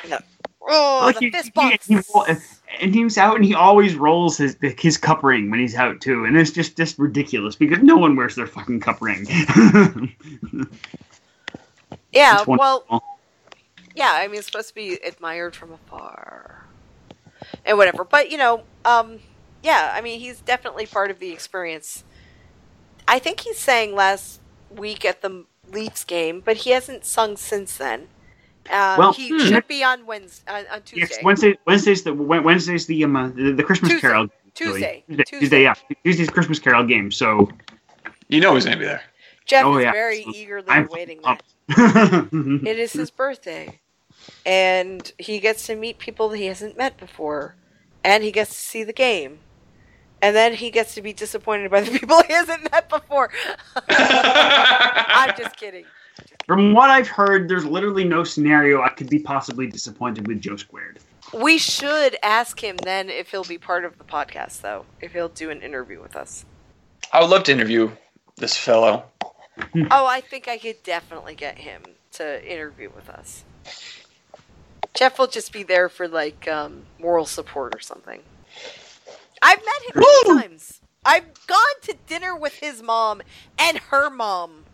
Speaker 2: And the- oh,
Speaker 6: Like,
Speaker 2: the
Speaker 6: he-
Speaker 2: fist
Speaker 6: he-
Speaker 2: bumps.
Speaker 6: he roll- and he's out, and he always rolls his his cup ring when he's out too, and it's just just ridiculous because no one wears their fucking
Speaker 2: <laughs>
Speaker 6: cup ring.
Speaker 2: yeah,
Speaker 6: It's one-
Speaker 2: well, yeah, I mean, it's supposed to be admired from afar and whatever. But you know, um, yeah, I mean, he's definitely part of the experience. I think he sang last week at the Leafs game, but he hasn't sung since then. Uh,
Speaker 6: Well,
Speaker 2: he
Speaker 6: hmm.
Speaker 2: should be on Wednesday, on, on Tuesday.
Speaker 6: Yes, Wednesday, Wednesday's the Wed- Wednesday's the um, uh, the, the Christmas
Speaker 2: Tuesday.
Speaker 6: Carol.
Speaker 2: Tuesday.
Speaker 6: Tuesday,
Speaker 2: Tuesday.
Speaker 6: Tuesday, yeah, Tuesday's Christmas Carol game. So <laughs>
Speaker 4: You know he's gonna <laughs> be there.
Speaker 2: Jeff
Speaker 6: Oh,
Speaker 2: is
Speaker 6: yeah.
Speaker 2: very eagerly
Speaker 6: I'm
Speaker 2: awaiting that.
Speaker 6: pumped. yeah,
Speaker 2: It is his birthday, and he gets to meet people that he hasn't met before, and he gets to see the game, and then he gets to be disappointed by the <laughs> people he hasn't met before. I'm just kidding.
Speaker 6: from what I've heard, there's literally no scenario I could be possibly disappointed with Joe Squared.
Speaker 2: We should ask him then if he'll be part of the podcast, though, if he'll do an interview with us.
Speaker 4: I would love to interview this fellow.
Speaker 2: Oh, I think I could definitely get him to interview with us. Jeff will just be there for like um, moral support or something. I've met him many times. I've gone to dinner with his mom and her mom.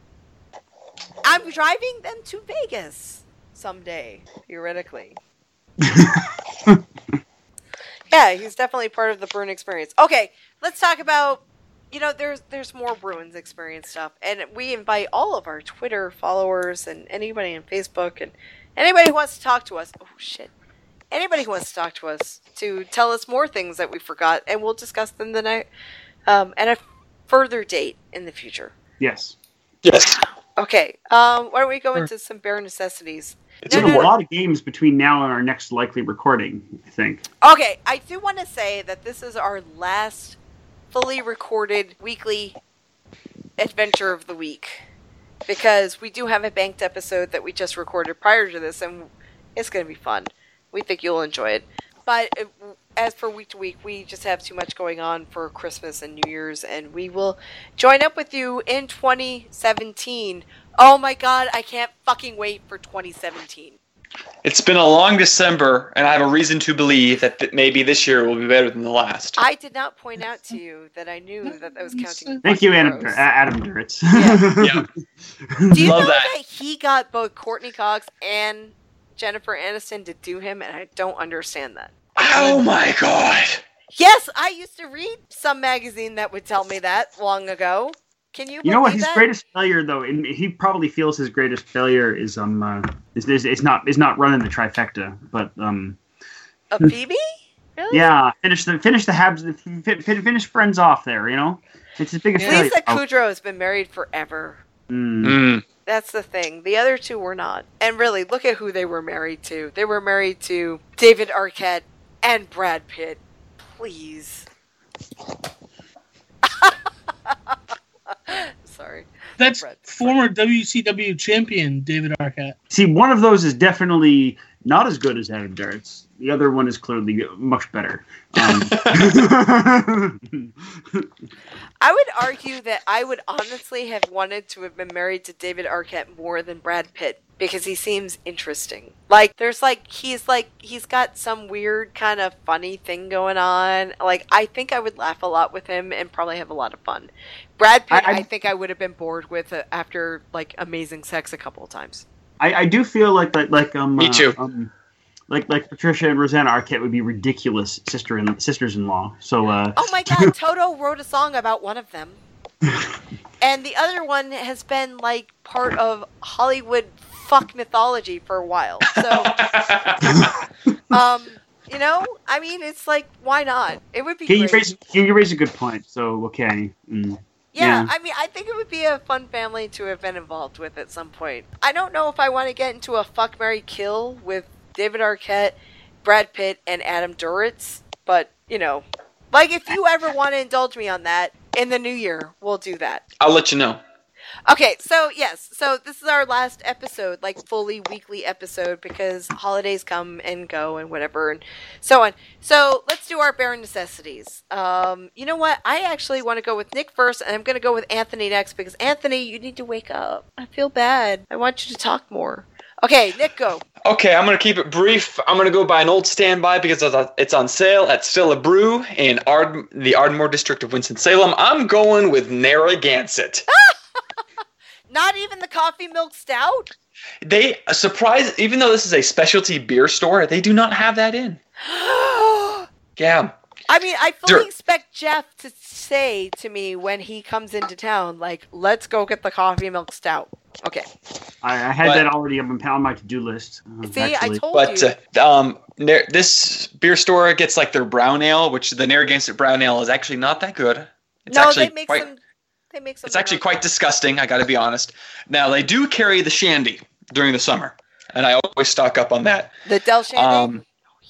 Speaker 2: I'm driving them to Vegas someday, theoretically. yeah, he's definitely part of the Bruin experience. Okay, let's talk about you know there's there's more Bruins experience stuff, and we invite all of our Twitter followers and anybody on Facebook and anybody who wants to talk to us. Oh shit. Anybody who wants to talk to us to tell us more things that we forgot, and we'll discuss them the night um, at a further date in the future.
Speaker 6: Yes,
Speaker 4: Yes.
Speaker 2: Okay. Um, why don't we go into some bare necessities?
Speaker 4: It's
Speaker 6: there's
Speaker 2: No,
Speaker 6: a
Speaker 2: no, no.
Speaker 6: lot of games between now and our next likely recording. I think.
Speaker 2: Okay, I do want to say that this is our last fully recorded weekly adventure of the week. because we do have a banked episode that we just recorded prior to this, and it's going to be fun. We think you'll enjoy it. But uh, as for week to week, we just have too much going on for Christmas and New Year's, and we will join up with you in 2017. Oh my God, I can't fucking wait for 2017.
Speaker 4: It's been a long December, and I have a reason to believe that th- maybe this year will be better than the last.
Speaker 2: I did not point out to you that I knew that I was counting.
Speaker 8: Thank you, Adam, Dur-
Speaker 2: Adam.
Speaker 8: Adam
Speaker 6: uh,
Speaker 8: Duritz.
Speaker 6: <laughs>
Speaker 4: yeah.
Speaker 2: Do you
Speaker 4: Love
Speaker 2: know
Speaker 4: that.
Speaker 2: that. he got both Courtney Cox and Jennifer Aniston to do him, and I don't understand that.
Speaker 4: Oh my god.
Speaker 2: Yes, I used to read some magazine that would tell me that long ago. Can you?
Speaker 8: <laughs> You know what?
Speaker 2: believe
Speaker 8: His
Speaker 2: that?
Speaker 8: greatest failure, though, and he probably feels his greatest failure is um uh, is, is, is not is not running the trifecta, but um
Speaker 2: a Phoebe? Really?
Speaker 8: yeah, finish the finish the Habs, fi- fi- finish friends off there. You know, it's his biggest failure.
Speaker 2: Lisa
Speaker 8: Oh,
Speaker 2: Kudrow has been married forever.
Speaker 8: mm.
Speaker 4: <laughs> Mm.
Speaker 2: That's the thing. The other two were not. And really, look at who they were married to. They were married to David Arquette and Brad Pitt. Please. <laughs> Sorry.
Speaker 5: That's
Speaker 2: Brett.
Speaker 5: former WCW champion David Arquette.
Speaker 8: See, one of those is definitely not as good as Adam Duritz. The other one is clearly much better.
Speaker 2: <laughs>
Speaker 8: Um,
Speaker 2: I would argue that I would honestly have wanted to have been married to David Arquette more than Brad Pitt because he seems interesting. Like there's like he's like he's got some weird kind of funny thing going on. Like I think I would laugh a lot with him and probably have a lot of fun. Brad Pitt,
Speaker 8: I-
Speaker 2: I,
Speaker 8: I-
Speaker 2: think I would have been bored with uh, after like Amazing Sex a couple of times.
Speaker 8: <laughs> I, I do feel like like like um
Speaker 4: Me
Speaker 8: uh,
Speaker 4: too.
Speaker 8: um, like like Patricia and Rosanna Arquette would be ridiculous sister and sisters in law. So uh,
Speaker 2: Oh my god, Toto wrote a song about one of them. And the other one has been like part of Hollywood fuck mythology for a while.
Speaker 8: <laughs>
Speaker 2: So um, you know, I mean, it's like, why not? It would be
Speaker 8: can you
Speaker 2: great.
Speaker 8: raise can you raise a good point? So okay, mm.
Speaker 2: yeah,
Speaker 8: yeah.
Speaker 2: I mean, I think it would be a fun family to have been involved with at some point. I don't know if I want to get into a fuck Mary kill with David Arquette, Brad Pitt, and Adam Duritz, but you know, like if you ever want to indulge me on that in the new year, we'll do that.
Speaker 4: I'll let you know.
Speaker 2: Okay, so yes, so this is our last episode, like fully weekly episode, because holidays come and go and whatever and so on. So let's do our bare necessities. Um, you know what? I actually want to go with Nick first, and I'm going to go with Anthony next because Anthony, you need to wake up. I feel bad. I want you to talk more. Okay, Nick, go.
Speaker 4: Okay, I'm gonna keep it brief. I'm gonna go by an old standby because it's on- it's on sale at Stella Brew in Ard- the Ardmore district of Winston Salem. I'm going with Narragansett.
Speaker 2: Not even the coffee milk stout. <gasps>
Speaker 4: They a surprise, even though this is a specialty beer store, they do not have that in.
Speaker 2: I
Speaker 4: Yeah,
Speaker 2: mean, I fully
Speaker 4: Sure.
Speaker 2: expect Jeff to say to me when he comes into town, like, "Let's go get the coffee milk stout." Okay.
Speaker 8: I, I had
Speaker 4: But-
Speaker 8: that already up on- on my to do list. uh,
Speaker 2: See, I
Speaker 8: actually.
Speaker 2: told
Speaker 4: but
Speaker 2: you.
Speaker 4: uh, um, Nar- this beer store gets like their brown ale, which the Narragansett brown ale is actually not that good. It's
Speaker 2: no,
Speaker 4: actually
Speaker 2: they make
Speaker 4: quite,
Speaker 2: some. They make some.
Speaker 4: It's actually quite disgusting. I got to be honest. Now they do carry the shandy during the summer, and I always stock up on that.
Speaker 2: the Del Shandy.
Speaker 4: Um,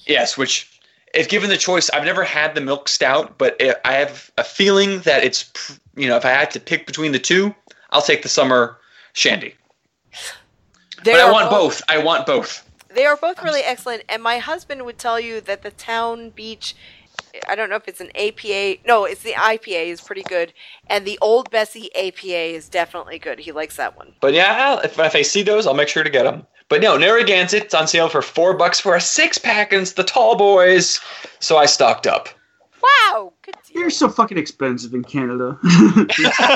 Speaker 4: yes, which, if given the choice, I've never had the milk stout, but i I have a feeling that it's, pr- you know, if I had to pick between the two, I'll take the summer shandy.
Speaker 2: they
Speaker 4: but I
Speaker 2: are
Speaker 4: want both. I want both.
Speaker 2: They are both really excellent, and my husband would tell you that the Town Beach. I don't know if it's an APA. No, it's the IPA is pretty good, and the Old Bessie APA is definitely good. He likes that one.
Speaker 4: But yeah, I'll- if, if I see those, I'll make sure to get them. But no, Narragansett's on sale for four bucks for a six pack, and it's the tall boys. So I stocked up.
Speaker 2: Wow, good deal.
Speaker 8: They're so fucking expensive in
Speaker 2: <laughs>
Speaker 8: Canada. <laughs>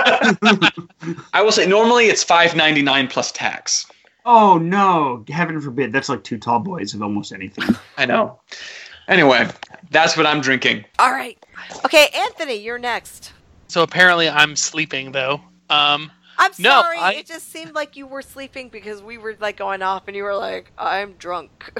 Speaker 4: I will say normally it's five ninety nine plus tax.
Speaker 8: oh no, heaven forbid. That's like two tall boys of almost anything.
Speaker 4: I know. Anyway, that's what I'm drinking.
Speaker 2: All right, okay, Anthony, you're next.
Speaker 1: So apparently I'm sleeping though. Um,
Speaker 2: I'm
Speaker 1: No,
Speaker 2: sorry.
Speaker 1: I-
Speaker 2: It just seemed like you were sleeping because we were like going off, and you were like, "I'm drunk."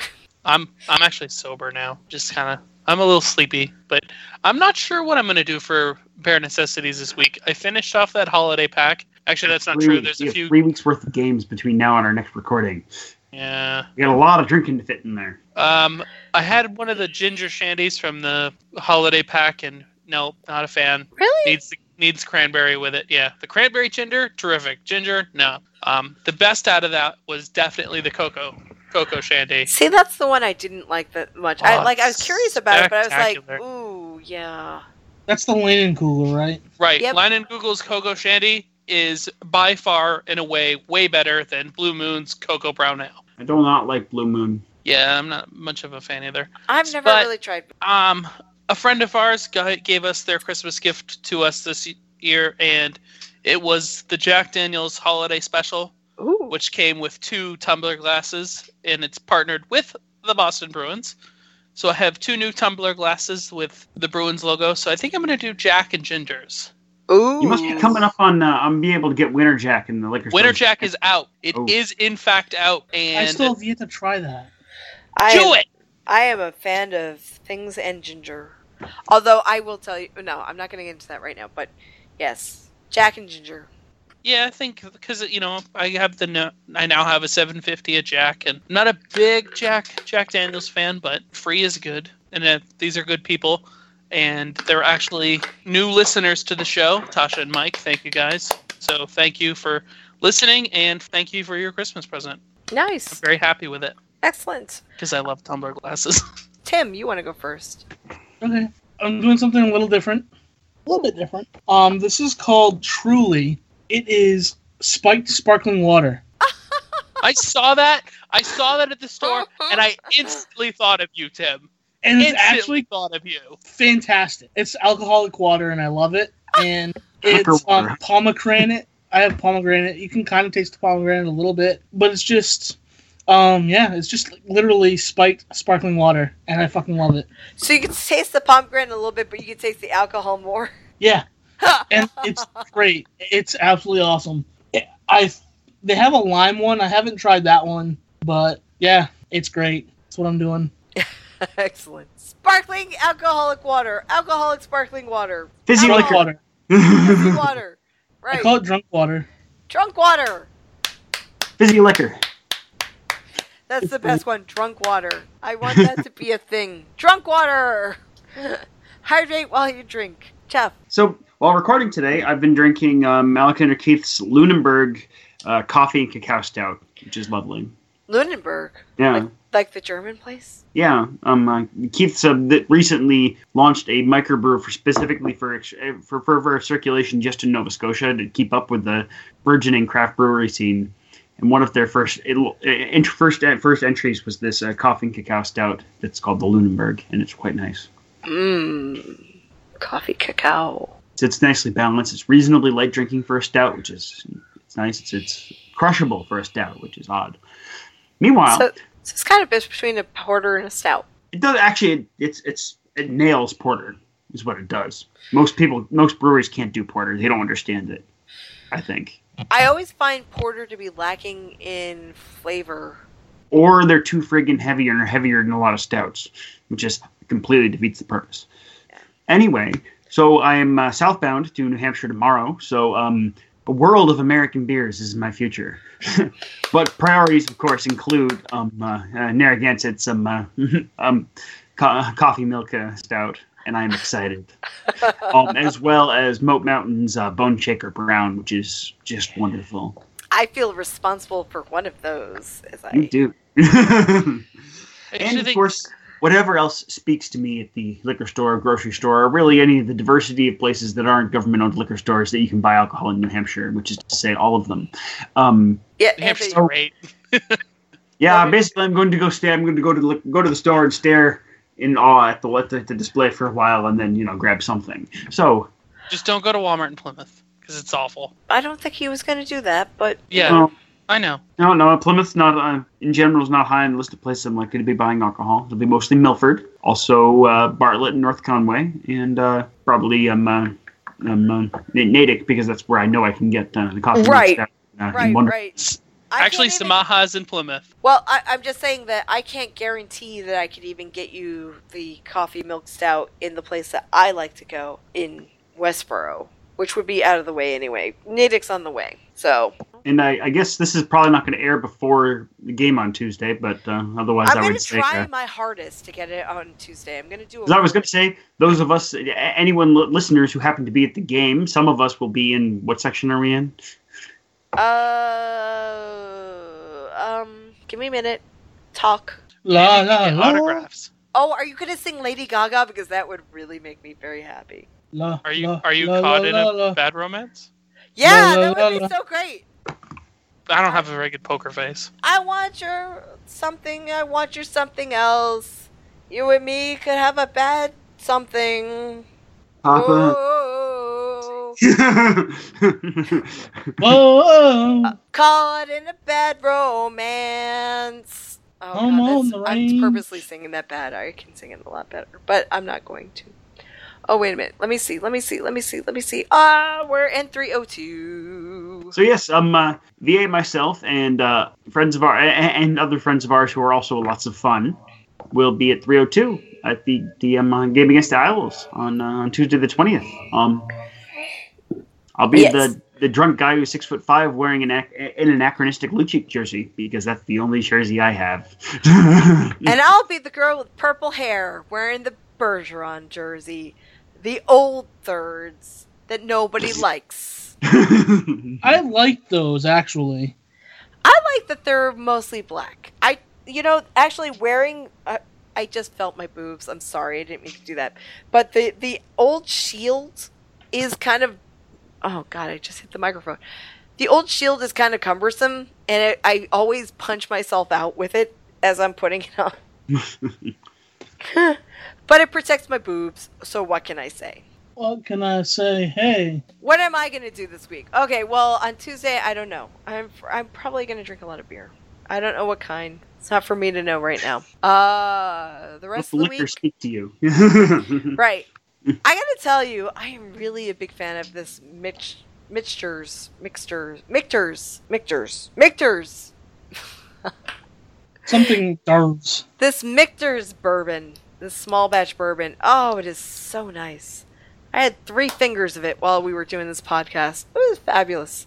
Speaker 1: I'm I'm actually sober now. Just kind of I'm a little sleepy, but I'm not sure what I'm gonna do for bare necessities this week. I finished off that holiday pack. Actually, that's not
Speaker 8: Three
Speaker 1: true.
Speaker 8: weeks.
Speaker 1: There's
Speaker 8: We
Speaker 1: a
Speaker 8: have
Speaker 1: few.
Speaker 8: three weeks worth of games between now and our next recording.
Speaker 1: Yeah.
Speaker 8: We got a lot of drinking to fit in there.
Speaker 1: Um, I had one of the ginger shandies from the holiday pack, and no, not a fan.
Speaker 2: Really?
Speaker 1: Needs to needs cranberry with it. Yeah, the cranberry ginger, terrific. Ginger, no. Um, the best out of that was definitely the cocoa, cocoa
Speaker 6: <laughs>
Speaker 1: shandy.
Speaker 2: See, that's the one I didn't like that much. I
Speaker 1: Oh,
Speaker 2: like I was curious about it, but I was like,
Speaker 1: spectacular.
Speaker 2: ooh, yeah.
Speaker 5: That's the linen cooler, right?
Speaker 1: Right,
Speaker 2: Yep.
Speaker 1: Line and Google's cocoa shandy is by far and away way better than Blue Moon's cocoa brown ale.
Speaker 6: I do not like Blue Moon.
Speaker 1: Yeah, I'm not much of a fan either.
Speaker 2: I've never
Speaker 1: But-
Speaker 2: really tried.
Speaker 1: Um, a friend of ours got, gave us their Christmas gift to us this year, and it was the Jack Daniels Holiday Special,
Speaker 2: Ooh,
Speaker 1: which came with two tumbler glasses, and it's partnered with the Boston Bruins. So I have two new tumbler glasses with the Bruins logo. So I think I'm going to do Jack and Ginger's.
Speaker 2: ooh.
Speaker 6: You must be coming up on uh, on being able to get Winter Jack in the liquor store.
Speaker 1: Winter Jack is out. It is
Speaker 6: Oh.
Speaker 1: in fact out, and
Speaker 5: I still have yet to try that.
Speaker 2: I
Speaker 1: do
Speaker 2: am,
Speaker 1: it.
Speaker 2: I am a fan of things and ginger. Although I will tell you, no, I'm not going to get into that right now. But yes, Jack and Ginger.
Speaker 1: Yeah, I think because you know I have the no- I now have a 750 at Jack, and I'm not a big Jack Jack Daniels fan, but free is good, and uh, these are good people, and they're actually new listeners to the show. Tasha and Mike, thank you guys. So thank you for listening, and thank you for your Christmas present. I'm
Speaker 2: Nice,
Speaker 1: very happy with it
Speaker 2: excellent.
Speaker 1: because I love tumbler glasses. <laughs>
Speaker 2: Tim, you want to go first?
Speaker 5: Okay. I'm doing something a little different. A little bit different. Um, this is called Truly. It is spiked sparkling water.
Speaker 1: I saw that. I saw that at the store,
Speaker 2: Oh.
Speaker 1: and I instantly thought of you, Tim.
Speaker 5: And it's
Speaker 1: Instantly
Speaker 5: actually
Speaker 1: thought of you.
Speaker 5: fantastic. It's alcoholic water, and I love it. And
Speaker 6: Liquor
Speaker 5: it's
Speaker 6: water.
Speaker 5: um, pomegranate. I have pomegranate. You can kind of taste the pomegranate a little bit, but it's just, um, yeah, it's just literally spiked sparkling water, and I fucking love it.
Speaker 2: So you can taste the pomegranate a little bit, but you can taste the alcohol more. <laughs>
Speaker 5: Yeah, and it's great. It's absolutely awesome. Yeah, I they have a lime one. I haven't tried that one, but yeah, it's great. That's what I'm doing.
Speaker 2: excellent. Sparkling alcoholic water, alcoholic sparkling water,
Speaker 6: Fizzy
Speaker 2: Drunk
Speaker 5: Drunk
Speaker 6: liquor.
Speaker 5: water.
Speaker 8: <laughs>
Speaker 2: fizzy
Speaker 6: <laughs>
Speaker 2: water.
Speaker 5: I
Speaker 2: Right,
Speaker 5: call it drunk water.
Speaker 2: drunk water.
Speaker 6: Fizzy liquor.
Speaker 2: That's the best one. Drunk water. I want that to be a thing. Drunk water. <laughs> Hydrate while you drink. Jeff.
Speaker 6: So while recording today, I've been drinking um, Alexander Keith's Lunenburg uh, coffee and cacao stout, which is lovely.
Speaker 2: Lunenburg.
Speaker 6: Yeah.
Speaker 2: Like, like the German place?
Speaker 6: Yeah, um, uh, Keith's uh, th- recently launched a microbrew for specifically for ex- eh, for further circulation just in Nova Scotia to keep up with the burgeoning craft brewery scene. And one of their first it, ent- first eh, first entries was this uh, coffee and cacao stout that's called the Lunenburg, and it's quite nice.
Speaker 2: Mmm. Coffee cacao.
Speaker 6: It's, it's nicely balanced. It's reasonably light drinking for a stout, which is it's nice. It's, it's crushable for a stout, which is odd. Meanwhile,
Speaker 2: So, so it's kind of bit between a porter and a stout.
Speaker 6: it does actually it, it's it's it nails porter is what it does most people most breweries can't do porter they don't understand it i think
Speaker 2: I always find porter to be lacking in flavor.
Speaker 6: or they're too friggin' heavy and are heavier than a lot of stouts which just completely defeats the purpose anyway so i'm uh, southbound to new hampshire tomorrow so um a world of American beers is my future, <laughs> but priorities, of course, include um, uh, uh, Narragansett, some uh, <laughs> um, co- coffee milk uh, stout, and I'm excited. um, as well as Moat Mountain's uh, Bone Shaker Brown, which is just wonderful.
Speaker 2: I feel responsible for one of those. As
Speaker 6: You
Speaker 2: I,
Speaker 6: do. <laughs>
Speaker 1: I
Speaker 6: and
Speaker 1: actually
Speaker 6: of
Speaker 1: think-
Speaker 6: course, whatever else speaks to me at the liquor store, or grocery store, or really any of the diversity of places that aren't government-owned liquor stores that you can buy alcohol in New Hampshire, which is to say all of them. Um,
Speaker 2: yeah,
Speaker 1: New Hampshire's
Speaker 2: Anthony,
Speaker 1: great.
Speaker 6: yeah,
Speaker 2: Love it.
Speaker 6: basically, I'm going to go stare. I'm going to go to the, go to the store and stare in awe at the, at the at the display for a while, and then you know grab something. So
Speaker 1: Just don't go to Walmart in Plymouth because it's awful.
Speaker 2: I don't think he was going to do that, but
Speaker 1: Yeah,
Speaker 6: um,
Speaker 1: I know.
Speaker 6: No, no, Plymouth's not uh, in general is not high on the list of places I'm likely to be buying alcohol. It'll be mostly Milford, also uh, Bartlett and North Conway, and uh, probably um, uh, um uh, Na- Natick because that's where I know I can get uh, the coffee. and
Speaker 2: Right.
Speaker 6: stuff, uh, in
Speaker 2: right,
Speaker 6: Wonder-
Speaker 2: right. I
Speaker 1: Actually,
Speaker 2: can't even-
Speaker 1: Samaha's in Plymouth.
Speaker 2: Well, I, I'm just saying that I can't guarantee that I could even get you the coffee milk stout in the place that I like to go in Westboro, which would be out of the way anyway. Natick's on the way, so
Speaker 8: And I, I guess this is probably not going to air before the game on Tuesday, but uh, otherwise
Speaker 2: I'm
Speaker 8: I
Speaker 2: going
Speaker 8: would
Speaker 2: to
Speaker 8: say.
Speaker 2: try
Speaker 8: uh,
Speaker 2: my hardest to get it on Tuesday. I'm going to do
Speaker 8: Because I was going to say, those of us, a- anyone li- listeners who happen to be at the game, some of us will be in what section are we in?
Speaker 2: Uh, um, give me a minute. Talk.
Speaker 5: La la
Speaker 1: Yeah,
Speaker 5: la.
Speaker 1: autographs.
Speaker 2: Oh, are you going to sing Lady Gaga? Because that would really make me very happy.
Speaker 5: la
Speaker 1: Are you
Speaker 5: la,
Speaker 1: are you
Speaker 5: la,
Speaker 1: caught
Speaker 5: la,
Speaker 1: in
Speaker 5: la,
Speaker 1: a
Speaker 5: la.
Speaker 1: bad romance?
Speaker 2: Yeah,
Speaker 5: la, la,
Speaker 2: that would be so great.
Speaker 1: I don't have a very good poker face.
Speaker 2: I want your something. I want your something else. You and me could have a bad something.
Speaker 8: Papa.
Speaker 2: Ooh, Oh.
Speaker 6: <laughs>
Speaker 5: Whoa!
Speaker 2: caught in a bad romance. Oh,
Speaker 5: Come
Speaker 2: God,
Speaker 5: on,
Speaker 2: that's- I'm
Speaker 5: Lorraine.
Speaker 2: purposely singing that bad. I can sing it a lot better, but I'm not going to. Oh wait a minute. Let me see. Let me see. Let me see. Let me see. Ah, we're in 302.
Speaker 8: So yes, um, uh, VA myself and uh, friends of our a- a- and other friends of ours who are also lots of fun will be at 302 at the the um, uh, game against the Isles on uh, on Tuesday the 20th. Um, I'll be
Speaker 2: Yes.
Speaker 8: the the drunk guy who's six foot five wearing an ac- an anachronistic Lucic jersey because that's the only jersey I have. <laughs>
Speaker 2: and I'll be the girl with purple hair wearing the Bergeron jersey, the old thirds that nobody likes.
Speaker 5: I like those actually.
Speaker 2: I like that they're mostly black. I, you know, actually wearing. Uh, I just felt my boobs. I'm sorry, I didn't mean to do that. But the the old shield is kind of. Oh God, I just hit the microphone. The old shield is kind of cumbersome, and it, I always punch myself out with it as I'm putting it on. <laughs> but it protects my boobs, so what can I say?
Speaker 5: What can I say? Hey,
Speaker 2: What am I going to do this week? Okay, well, on Tuesday, I don't know. I'm I'm probably going to drink a lot of beer. I don't know what kind. It's not for me to know right now. Uh, the
Speaker 8: Let
Speaker 2: rest
Speaker 8: the
Speaker 2: of the
Speaker 8: liquor
Speaker 2: week,
Speaker 8: speak to you. <laughs>
Speaker 2: right? I got to tell you, I am really a big fan of this mix mixtures, mixtures, mixtures, mixtures, mixtures.
Speaker 5: something darts.
Speaker 2: This mixtures bourbon, this small batch bourbon. Oh, it is so nice. I had three fingers of it while we were doing this podcast. It was fabulous.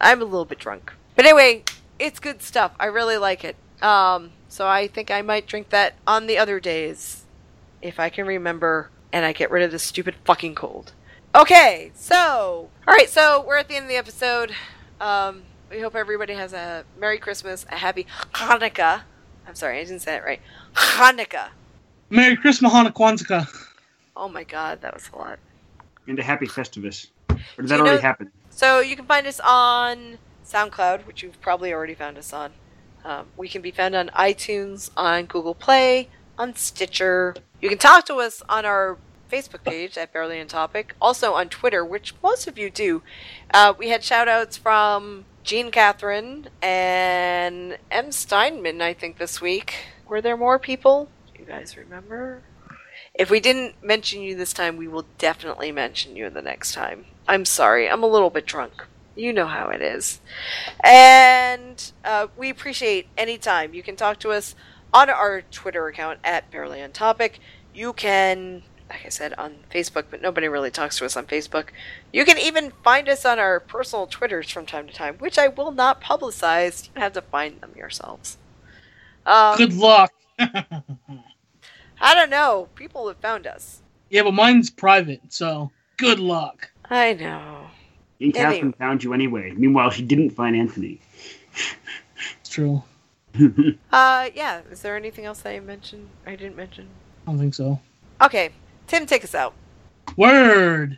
Speaker 2: I'm a little bit drunk. But anyway, it's good stuff. I really like it. Um, so I think I might drink that on the other days if I can remember and I get rid of this stupid fucking cold. Okay, so. Alright, so we're at the end of the episode. Um, we hope everybody has a Merry Christmas, a Happy Hanukkah. I'm sorry, I didn't say that right. Hanukkah.
Speaker 5: Merry Christmas, Hana Kwanzaa.
Speaker 2: Oh my god, that was a lot.
Speaker 8: and a happy Festivus. Or did
Speaker 2: Do
Speaker 8: that
Speaker 2: you
Speaker 8: already
Speaker 2: know-
Speaker 8: happen?
Speaker 2: So you can find us on SoundCloud, which you've probably already found us on. Um, we can be found on iTunes, on Google Play, on Stitcher. You can talk to us on our Facebook page at Barely in Topic, also on Twitter, which most of you do. Uh, we had shout outs from Jean Catherine and M. Steinman, I think, this week. Were there more people? Do you guys remember? If we didn't mention you this time, we will definitely mention you the next time. I'm sorry, I'm a little bit drunk. You know how it is. And uh, we appreciate any time. You can talk to us on our Twitter account at Barely on Topic. You can, like I said, on Facebook, but nobody really talks to us on Facebook. You can even find us on our personal Twitters from time to time, which I will not publicize. You have to find them yourselves. Um,
Speaker 5: Good luck.
Speaker 2: I don't know. People have found us.
Speaker 5: Yeah, but mine's private, so good luck.
Speaker 2: I know.
Speaker 8: And
Speaker 2: Anyway.
Speaker 8: Catherine found you anyway. Meanwhile, she didn't find Anthony. <laughs>
Speaker 5: It's true.
Speaker 2: Uh, yeah. Is there anything else I mentioned? I didn't mention.
Speaker 5: I don't think so.
Speaker 2: Okay, Tim, take us out.
Speaker 5: Word.